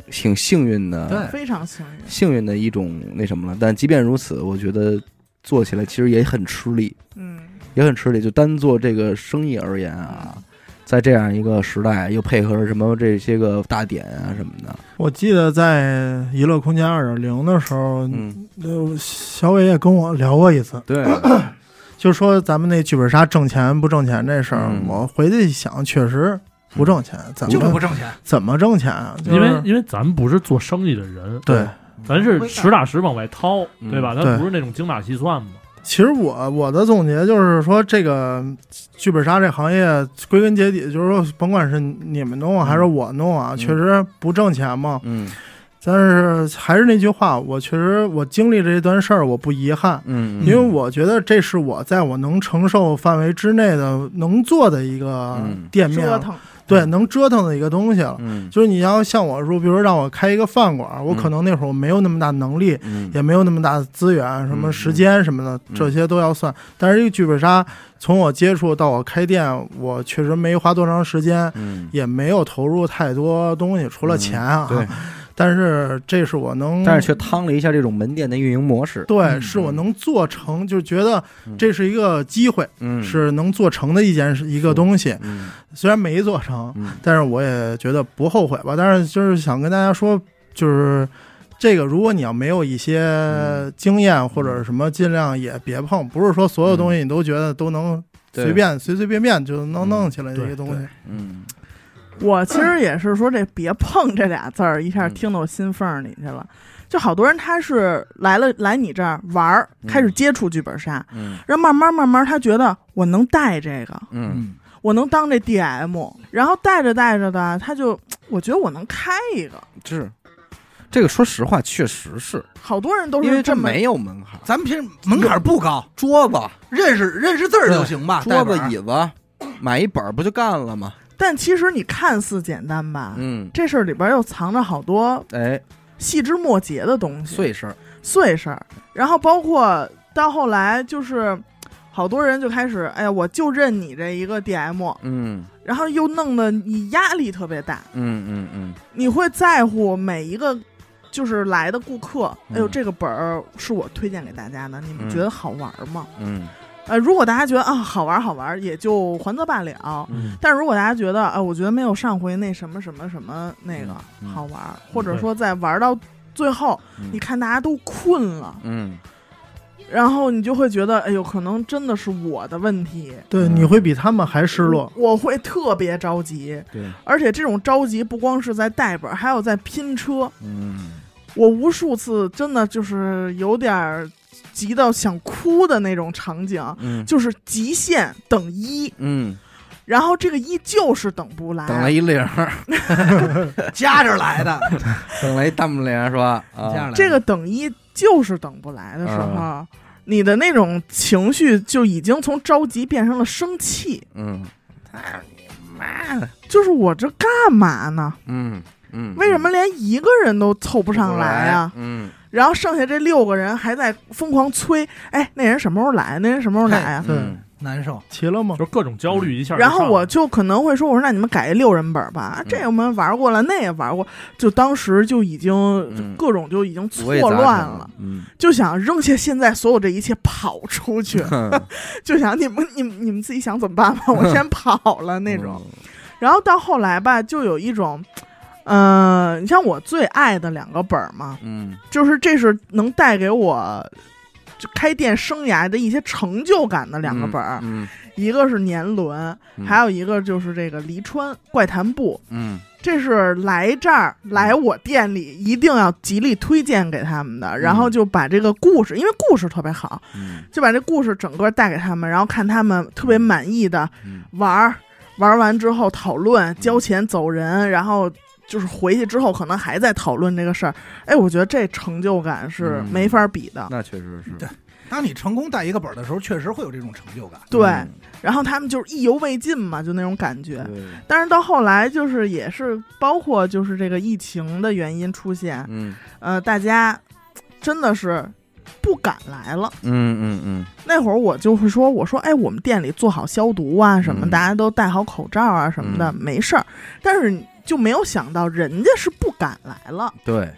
挺幸运的，非常幸运。幸运的一种那什么了。但即便如此，我觉得做起来其实也很吃力，嗯，也很吃力。就单做这个生意而言啊，在这样一个时代，又配合什么这些个大典啊什么的，我记得在《娱乐空间二点零》的时候，嗯，呃，小伟也跟我聊过一次，对，就说咱们那剧本杀挣钱不挣钱这事儿。嗯我回去一想，确实不挣钱，怎就是不么挣钱，怎么挣钱啊？就因是为因为咱们不是做生意的人，对，咱是实打实往外掏，嗯对吧？对咱不是那种精打细算嘛。其实我我的总结就是说，这个剧本杀这行业归根结底就是说，甭管是你们弄啊还是我弄啊，嗯确实不挣钱嘛。嗯但是还是那句话，我确实我经历这一段事儿，我不遗憾。嗯，因为我觉得这是我在我能承受范围之内的能做的一个嗯店面，折腾，对，能折腾的一个东西了。嗯就是你要像我说，比如让我开一个饭馆，我可能那会儿我没有那么大能力，嗯也没有那么大资源，什么时间什么的，嗯这些都要算。但是这个剧本杀，从我接触到我开店，我确实没花多长时间，嗯，也没有投入太多东西，除嗯了钱啊。对，但是这是我能，但是却趟了一下这种门店的运营模式，对，嗯是我能做成，就觉得这是一个机会，嗯，是能做成的一件事，一个东西。嗯虽然没做成，嗯但是我也觉得不后悔吧。但是就是想跟大家说，就是这个，如果你要没有一些嗯经验或者什么，尽量也别碰。不是说所有东西你都觉得都能嗯对随便、随随便便就能嗯弄起来这对些东西。嗯我其实也是说这“别碰”这俩字儿，一下嗯听到我心缝儿里去了。就好多人他是来了来你这儿玩儿，嗯开始接触剧本杀，嗯然后慢慢慢慢他觉得我能带这个，嗯嗯，我能当这 DM，然后带着带着的他就我觉得我能开一个，是。这个说实话，确实是好多人都因为是这么没有门槛，咱们平时门槛不高，桌子、认识认识字儿就行吧，桌子代、本椅子，买一本儿不就干了吗？但其实你看似简单吧，嗯，这事儿里边又藏着好多哎，细枝末节的东西、碎事儿，碎事儿，然后包括到后来就是。好多人就开始，哎呀，我就认你这一个 DM，嗯然后又弄得你压力特别大，嗯嗯嗯，你会在乎每一个就是来的顾客，嗯哎呦，这个本儿是我推荐给大家的，你嗯们觉得好玩吗？嗯呃，如果大家觉得啊好玩好玩，也就还则罢了。嗯但如果大家觉得啊，我觉得没有上回那什么什么什么那个嗯嗯好玩，或者说在玩到最后，嗯你看大家都困了，嗯，然后你就会觉得，哎呦，可能真的是我的问题，对，嗯你会比他们还失落。我会特别着急，对，而且这种着急不光是在带本儿，还有在拼车。嗯我无数次真的就是有点儿急到想哭的那种场景，嗯就是极限等一，嗯，然后这个一就是等不来，等了一零儿，夹着来的，等了一大木铃是吧？夹着来啊，的这个等一就是等不来的时候，嗯你的那种情绪就已经从着急变成了生气，嗯就是我这干嘛呢？嗯嗯，为什么连一个人都凑不不上来啊？嗯然后剩下这六个人还在疯狂催，哎，那人什么时候来？那人什么时候来啊？嗯难受。齐了吗就？是各种焦虑一下就然上来。后我就可能会说，我说那你们改一六人本吧，啊嗯这我们玩过了，那也玩过，就当时就已经嗯各种就已经五错味杂陈乱了，，嗯，就想扔下现在所有这一切跑出去， 就想你们你们你们自己想怎么办吧，我先跑了嗯那种。然后到后来吧，就有一种，嗯，你像我最爱的两个本儿嘛，嗯，就是这是能带给我就开店生涯的一些成就感的两个本儿，嗯一个是年轮，嗯，还有一个就是这个黎川怪谈部。嗯这是来这儿来我店里一定要极力推荐给他们的，然后就把这个故事，因为故事特别好，嗯就把这故事整个带给他们，然后看他们特别满意的嗯玩儿，玩完之后讨论，交钱走人，然后就是回去之后可能还在讨论这个事儿。哎，我觉得这成就感是嗯没法比的。那确实是，当你成功带一个本儿的时候，确实会有这种成就感。对，嗯然后他们就是意犹未尽嘛，就那种感觉。对，但是到后来，就是也是包括就是这个疫情的原因出现，嗯呃，大家真的是不敢来了。嗯嗯嗯那会儿我就会说，我说，哎，我们店里做好消毒啊，什么，嗯大家都戴好口罩啊，什么的，嗯没事儿。但是就没有想到，人家是不敢来了。对，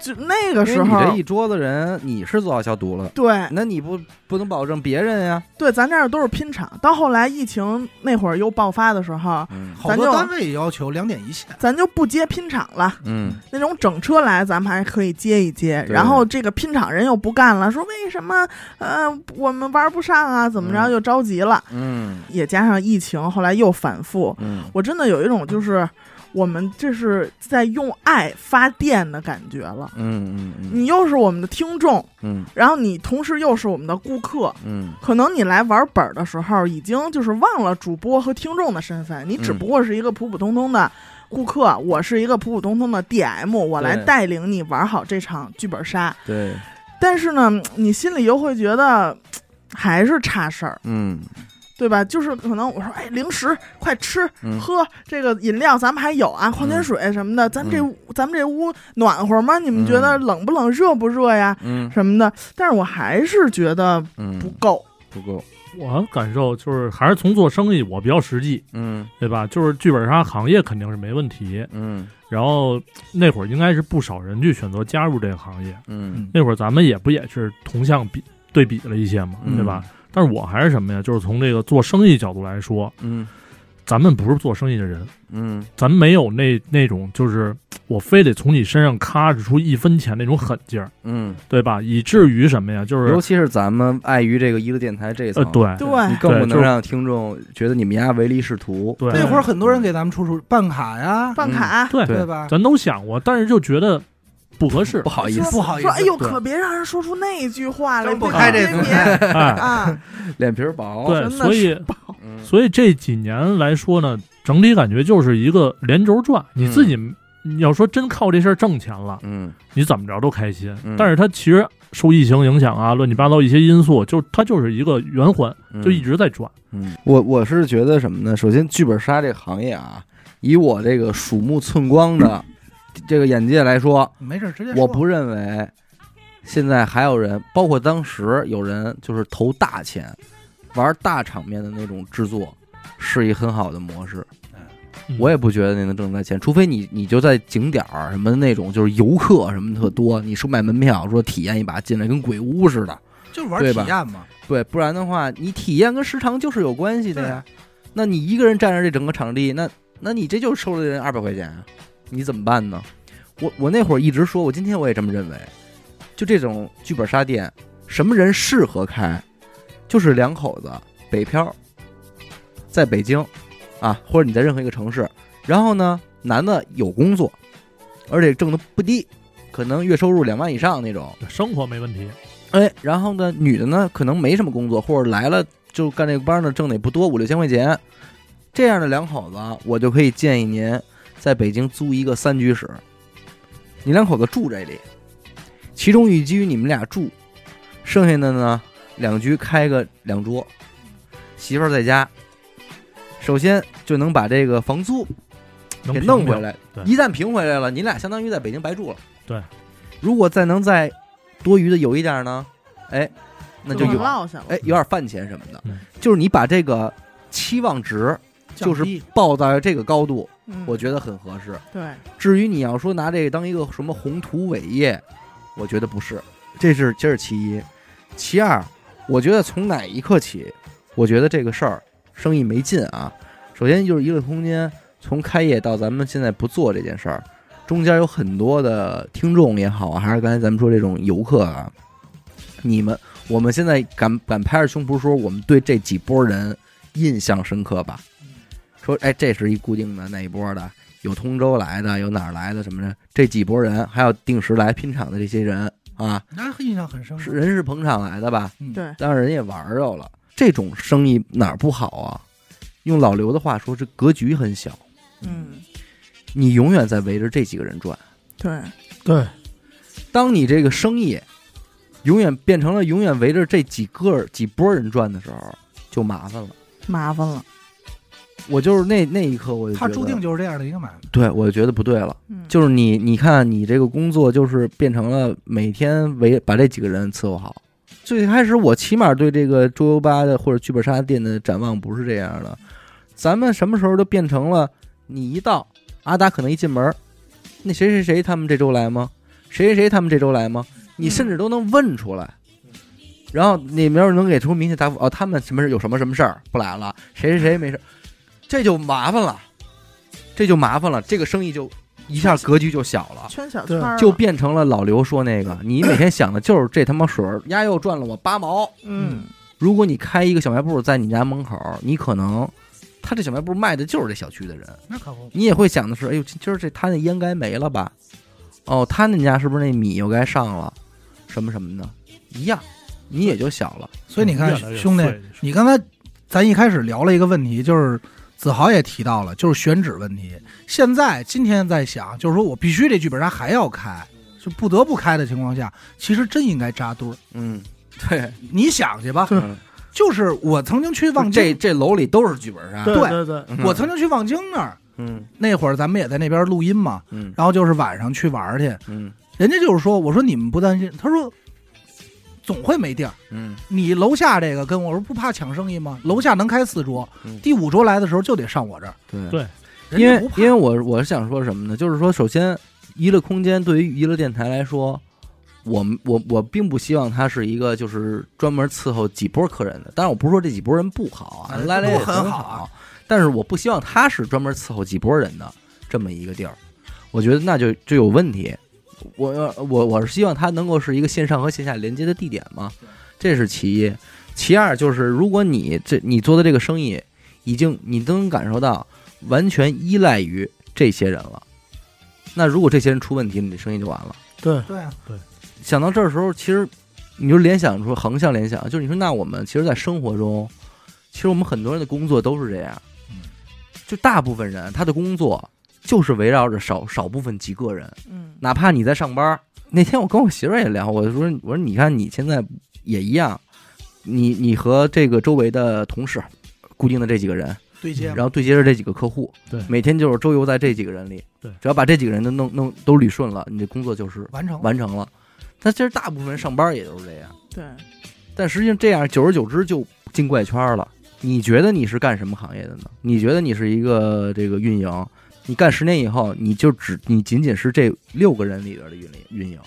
就那个因时为你这候一，桌子人，你是做好消毒了，对那你不不能保证别人呀，对，咱这儿都是拼场。到后来疫情那会儿又爆发的时候，嗯好咱多就单位也要求两点一线，咱就不接拼场了。嗯那种整车来，咱们还可以接一接。对然后这个拼场人又不干了，说为什么呃我们玩不上啊？怎么着嗯就着急了？嗯也加上疫情，后来又反复，嗯，我真的有一种就是我们这是在用爱发电的感觉了。嗯嗯你又是我们的听众，嗯然后你同时又是我们的顾客。嗯可能你来玩本儿的时候，已经就是忘了主播和听众的身份，你只不过是一个普普通通的顾客，我是一个普普通通的 DM，我来对带领你玩好这场剧本杀。对，但是呢，你心里又会觉得还是差事儿，嗯对吧？就是可能我说，哎，零食快吃嗯喝，这个饮料咱们还有啊，矿泉水什么的，咱们这屋咱们这屋暖和吗？你们觉得嗯冷不冷，热不热呀？嗯什么的，但是我还是觉得不嗯，够。不够，我感受就是还是从做生意，我比较实际，嗯对吧？就是剧本杀行业肯定是没问题，嗯然后那会儿应该是不少人去选择加入这个行业。嗯那会儿咱们也不也是同向比对比了一些嘛，对吧？嗯但是我还是什么呀？就是从这个做生意角度来说，嗯咱们不是做生意的人，嗯咱没有那那种就是我非得从你身上咔哧出一分钱那种狠劲儿，嗯，对吧？以至于什么呀？就是尤其是咱们碍于这个娱乐电台这一呃，层，啊对对，你更不对就能是让听众觉得你们家唯利是图。对，那会儿很多人给咱们出出办卡呀，办卡。对对吧？咱都想过，但是就觉得不合适不。好意说思，不好意思说哎呦，对可别让人说出那句话来，张不别开这别嘴别 哎，啊！脸皮儿薄。对，真的所以嗯，所以这几年来说呢，整体感觉就是一个连轴转。你自己嗯你要说真靠这事儿挣钱了，嗯你怎么着都开心嗯。但是它其实受疫情影响啊，乱七八糟一些因素，就它就是一个圆环，嗯就一直在转。嗯，我我是觉得什么呢？首先，剧本杀这个行业啊，以我这个鼠目寸光的这个眼界来说，没事，直接说我不认为现在还有人，包括当时有人就是投大钱玩大场面的那种制作，是一很好的模式。嗯我也不觉得那能挣来钱，除非你你就在景点儿什么那种，就是游客什么特多，你收买门票说体验一把进来跟鬼屋似的，就是玩对体吧验嘛。对，不然的话你体验跟时长就是有关系的呀。那你一个人占着这整个场地，那那你这就收了人二百块钱啊，你怎么办呢？我我那会儿一直说，我今天我也这么认为，就这种剧本杀店，什么人适合开？就是两口子北漂，在北京啊，或者你在任何一个城市，然后呢，男的有工作，而且挣的不低，可能月收入两万以上那种。生活没问题，哎，然后呢，女的呢可能没什么工作，或者来了就干这个班呢，挣的也不多，五六千块钱。这样的两口子，我就可以建议您在北京租一个三居室，你两口子住这里，其中一居你们俩住，剩下的呢两居开个两桌，媳妇儿在家，首先就能把这个房租能给平弄平回来。对一旦平回来了，你俩相当于在北京白住了。对，如果再能再多余的有一点呢，哎，那就能有落下了。哎有点饭钱什么的嗯，就是你把这个期望值就是降低报在这个高度，嗯我觉得很合适。对，至于你要说拿这个当一个什么宏图伟业，我觉得不是，这是这是其一。其二，我觉得从哪一刻起，我觉得这个事儿生意没劲啊。首先就是娱乐空间从开业到咱们现在不做这件事儿，中间有很多的听众也好啊，还是刚才咱们说这种游客啊，你们我们现在敢敢拍着胸脯说我们对这几波人印象深刻吧？说哎，这是一固定的那一波的，有通州来的，有哪儿来的什么的，这几拨人，还有定时来拼场的这些人啊，那印象很深刻。是人是捧场来的吧？嗯对当然人也玩儿着了，这种生意哪儿不好啊？用老刘的话说，这格局很小，嗯，你永远在围着这几个人转。对，对，当你这个生意永远变成了永远围着这几个几拨人转的时候，就麻烦了。麻烦了。我就是那那一刻，我就他觉注得定就是这样的一个买卖。对，我就觉得不对了。嗯，就是你，你看你这个工作就是变成了每天围把这几个人伺候好。最开始我起码对这个桌游吧的或者剧本杀店的展望不是这样的，咱们什么时候都变成了你一到阿达可能一进门，那谁谁谁他们这周来吗？谁谁谁他们这周来吗？你甚至都能问出来。然后你们要是能给出明确答复，哦，他们什么事有什么什么事儿不来了，谁谁谁没事儿，这就麻烦了，这就麻烦了，这个生意就一下格局就小了。嗯圈小对圈儿就了变成了老刘说那个，你每天想的就是这他妈水儿，丫又赚了我八毛。嗯如果你开一个小卖部在你家门口，你可能他这小卖部卖的就是这小区的人，那可不，你也会想的是，哎呦，今今儿这他那烟该没了吧？哦，他那家是不是那米又该上了？什么什么的，一样，你也就小了。所以你看嗯越来，越兄弟，碎，你刚才咱一开始聊了一个问题，就是子豪也提到了，就是选址问题。现在今天在想，就是说我必须这剧本杀还要开，就不得不开的情况下，其实真应该扎堆儿。嗯，对，你想去吧，对嗯就是我曾经去望这京，这楼里都是剧本杀。对对对对，嗯我曾经去望京那儿，嗯那会儿咱们也在那边录音嘛，嗯然后就是晚上去玩儿去，嗯人家就是说，我说你们不担心，他说总会没地儿。嗯你楼下这个跟我说不怕抢生意吗？楼下能开四桌嗯，第五桌来的时候就得上我这儿，对对人因家为不怕因为我我是想说什么呢？就是说，首先，娱乐空间对于娱乐电台来说，我们我我并不希望它是一个就是专门伺候几波客人的。当然，我不是说这几波人不好啊，哎来来也都很好好啊但是我不希望它是专门伺候几波人的这么一个地儿。我觉得那就就有问题。我我我是希望它能够是一个线上和线下连接的地点嘛，这是其一。其二就是，如果你这你做的这个生意，已经你都能感受到完全依赖于这些人了，那如果这些人出问题，你的生意就完了。对对啊，想到这儿的时候，其实你就联想出横向联想，就是你说那我们其实，在生活中，其实我们很多人的工作都是这样，就大部分人他的工作就是围绕着少少部分几个人，嗯哪怕你在上班儿，那天我跟我媳妇儿也聊，我说我说你看你现在也一样，你你和这个周围的同事，固定的这几个人，对接嘛嗯然后对接着这几个客户，对每天就是周游在这几个人里，对只要把这几个人都弄弄都捋顺了，你的工作就是完成了完成了。但其实大部分人上班也都是这样，对，但实际上这样，久而久之就进怪圈了。你觉得你是干什么行业的呢？你觉得你是一个这个运营？你干十年以后，你就只你仅仅是这六个人里边的运营运营，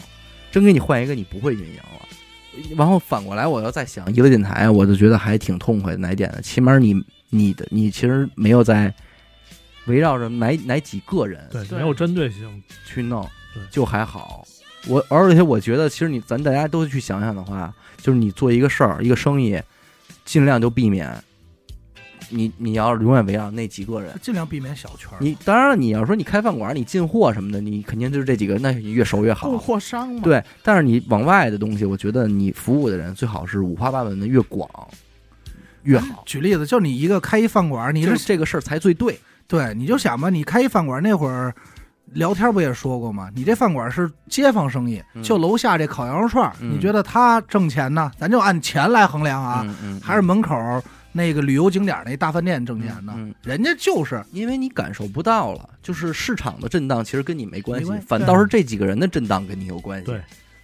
真给你换一个，你不会运营了。然后反过来，我要再想娱乐电台，我就觉得还挺痛快的。哪一点呢？起码你你的你其实没有在围绕着哪哪几个人对没有针对性，去弄对，就还好。我而且我觉得，其实你咱大家都去想想的话，就是你做一个事儿、一个生意，尽量就避免你你要永远围绕那几个人。啊尽量避免小圈儿。你当然了，你要说你开饭馆，你进货什么的，你肯定就是这几个，那你越熟越啊好供。货商嘛，，对，但是你往外的东西，我觉得你服务的人最好是五花八门的，越广越好。举例子，就你一个开一饭馆儿，你就是是这个事儿才最对。对，你就想吧，你开一饭馆那会儿，聊天不也说过吗？你这饭馆是街坊生意，嗯就楼下这烤羊肉串儿，嗯你觉得他挣钱呢？咱就按钱来衡量啊，嗯，嗯还是门口那个旅游景点那大饭店挣钱呢？嗯嗯人家就是因为你感受不到了，就是市场的震荡其实跟你没关系，没关系反倒是这几个人的震荡跟你有关系。对，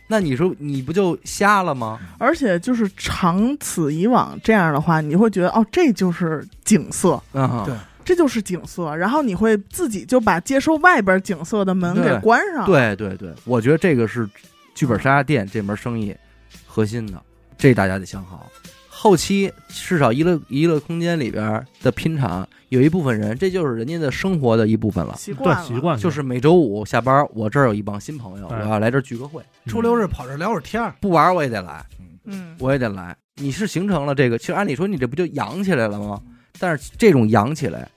那你说你不就瞎了吗？而且就是长此以往这样的话，你会觉得哦，这就是景色，啊，对这就是景色，然后你会自己就把接收外边景色的门给对关上，，对对对，啊我觉得这个是剧本杀店这门生意核心的，这大家得想好。后期至少娱乐娱乐空间里边的拼场，有一部分人，这就是人家的生活的一部分了。习惯对了，习惯就是每周五下班，我这儿有一帮新朋友，我哎要来这儿聚个会，嗯周六日跑这聊会儿天儿。不玩儿我也得来。嗯，我也得来。你是形成了这个，其实按理说你这不就扬起来了吗？但是这种扬起来，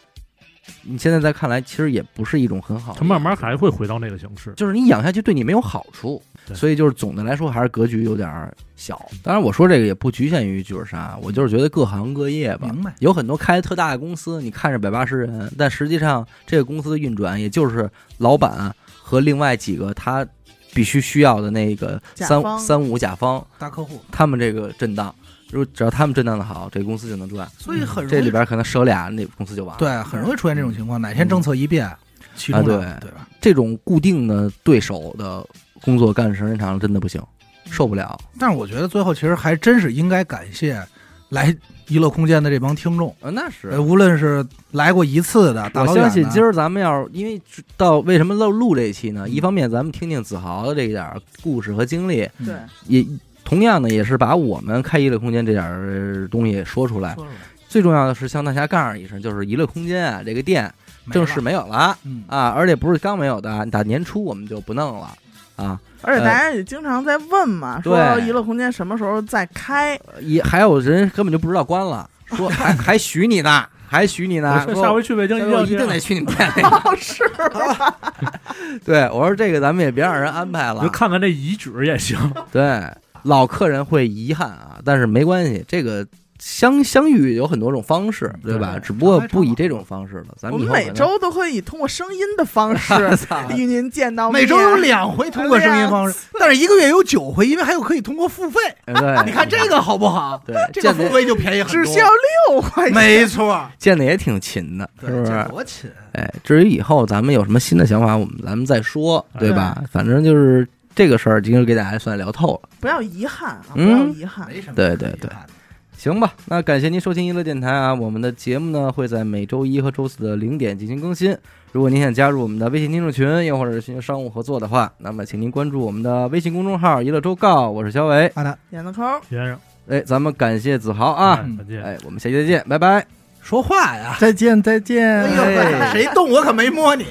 你现在再看来，其实也不是一种很好的它慢慢养法还会回到那个形式。就是你养下去对你没有好处，对所以就是总的来说还是格局有点儿小。当然，我说这个也不局限于剧本杀，我就是觉得各行各业嗯吧，明白，有很多开特大的公司，你看着百八十人，但实际上这个公司的运转，也就是老板和另外几个他必须需要的那个甲三方三五甲方，大客户，他们这个震荡，如果只要他们震荡的好，这公司就能赚。所以很容易嗯这里边可能舍俩，那公司就完了。，对，很容易出现这种情况。哪天政策一变，其中啊对两个对吧？这种固定的对手的工作干时间长了真的不行，受不了。但是我觉得最后其实还真是应该感谢来娱乐空间的这帮听众。呃，那是呃，无论是来过一次的，大我老相远的信今儿咱们要是因为到为什么录录这一期呢？嗯一方面咱们听听子豪的这点儿故事和经历，嗯对，也同样呢也是把我们开娱乐空间这点儿东西说出来。说说最重要的是向大家告诉一声，就是娱乐空间啊这个店没正了式没有了嗯，啊，而且不是刚没有的，打年初我们就不弄了啊。而且大家也经常在问嘛，说对哎娱乐空间什么时候再开？也还有人根本就不知道关了，说还还许你呢，还许你呢，我说说下回去北京下一定回我要一定这样得去你们店里。哦，是吧？ 对，我说这个咱们也别让人安排你就了。看看这遗址也行，对，老客人会遗憾啊，但是没关系，这个相相遇有很多种方式，对吧？对只不过不以这种方式了，咱我们以们后每可能周都会以通过声音的方式操与您见到面，每周有两回通过声音 方式，但是一个月有九回，因为还有可以通过付费。哎对， 你看这个好不好？对这个见付的费就便宜很多，只需要六块钱，没错，见的也挺勤的，是对不是这？多勤？哎，至于以后咱们有什么新的想法，我们咱们再说，对吧？哎反正就是这个事儿，今儿给大家算聊透了。不要遗憾啊，不嗯要遗憾。没什么，对对对。行吧，那感谢您收听娱乐电台啊！我们的节目呢会在每周一和周四的零点进行更新。如果您想加入我们的微信听众群，又或者是寻求商务合作的话，那么请您关注我们的微信公众号“娱乐周告”，我是小伟。好的，点个扣，先生哎，咱们感谢子豪啊！哎再见。哎，我们下期再见，拜拜。哎说话呀！再见，再见。哎呦，谁动我可没摸你。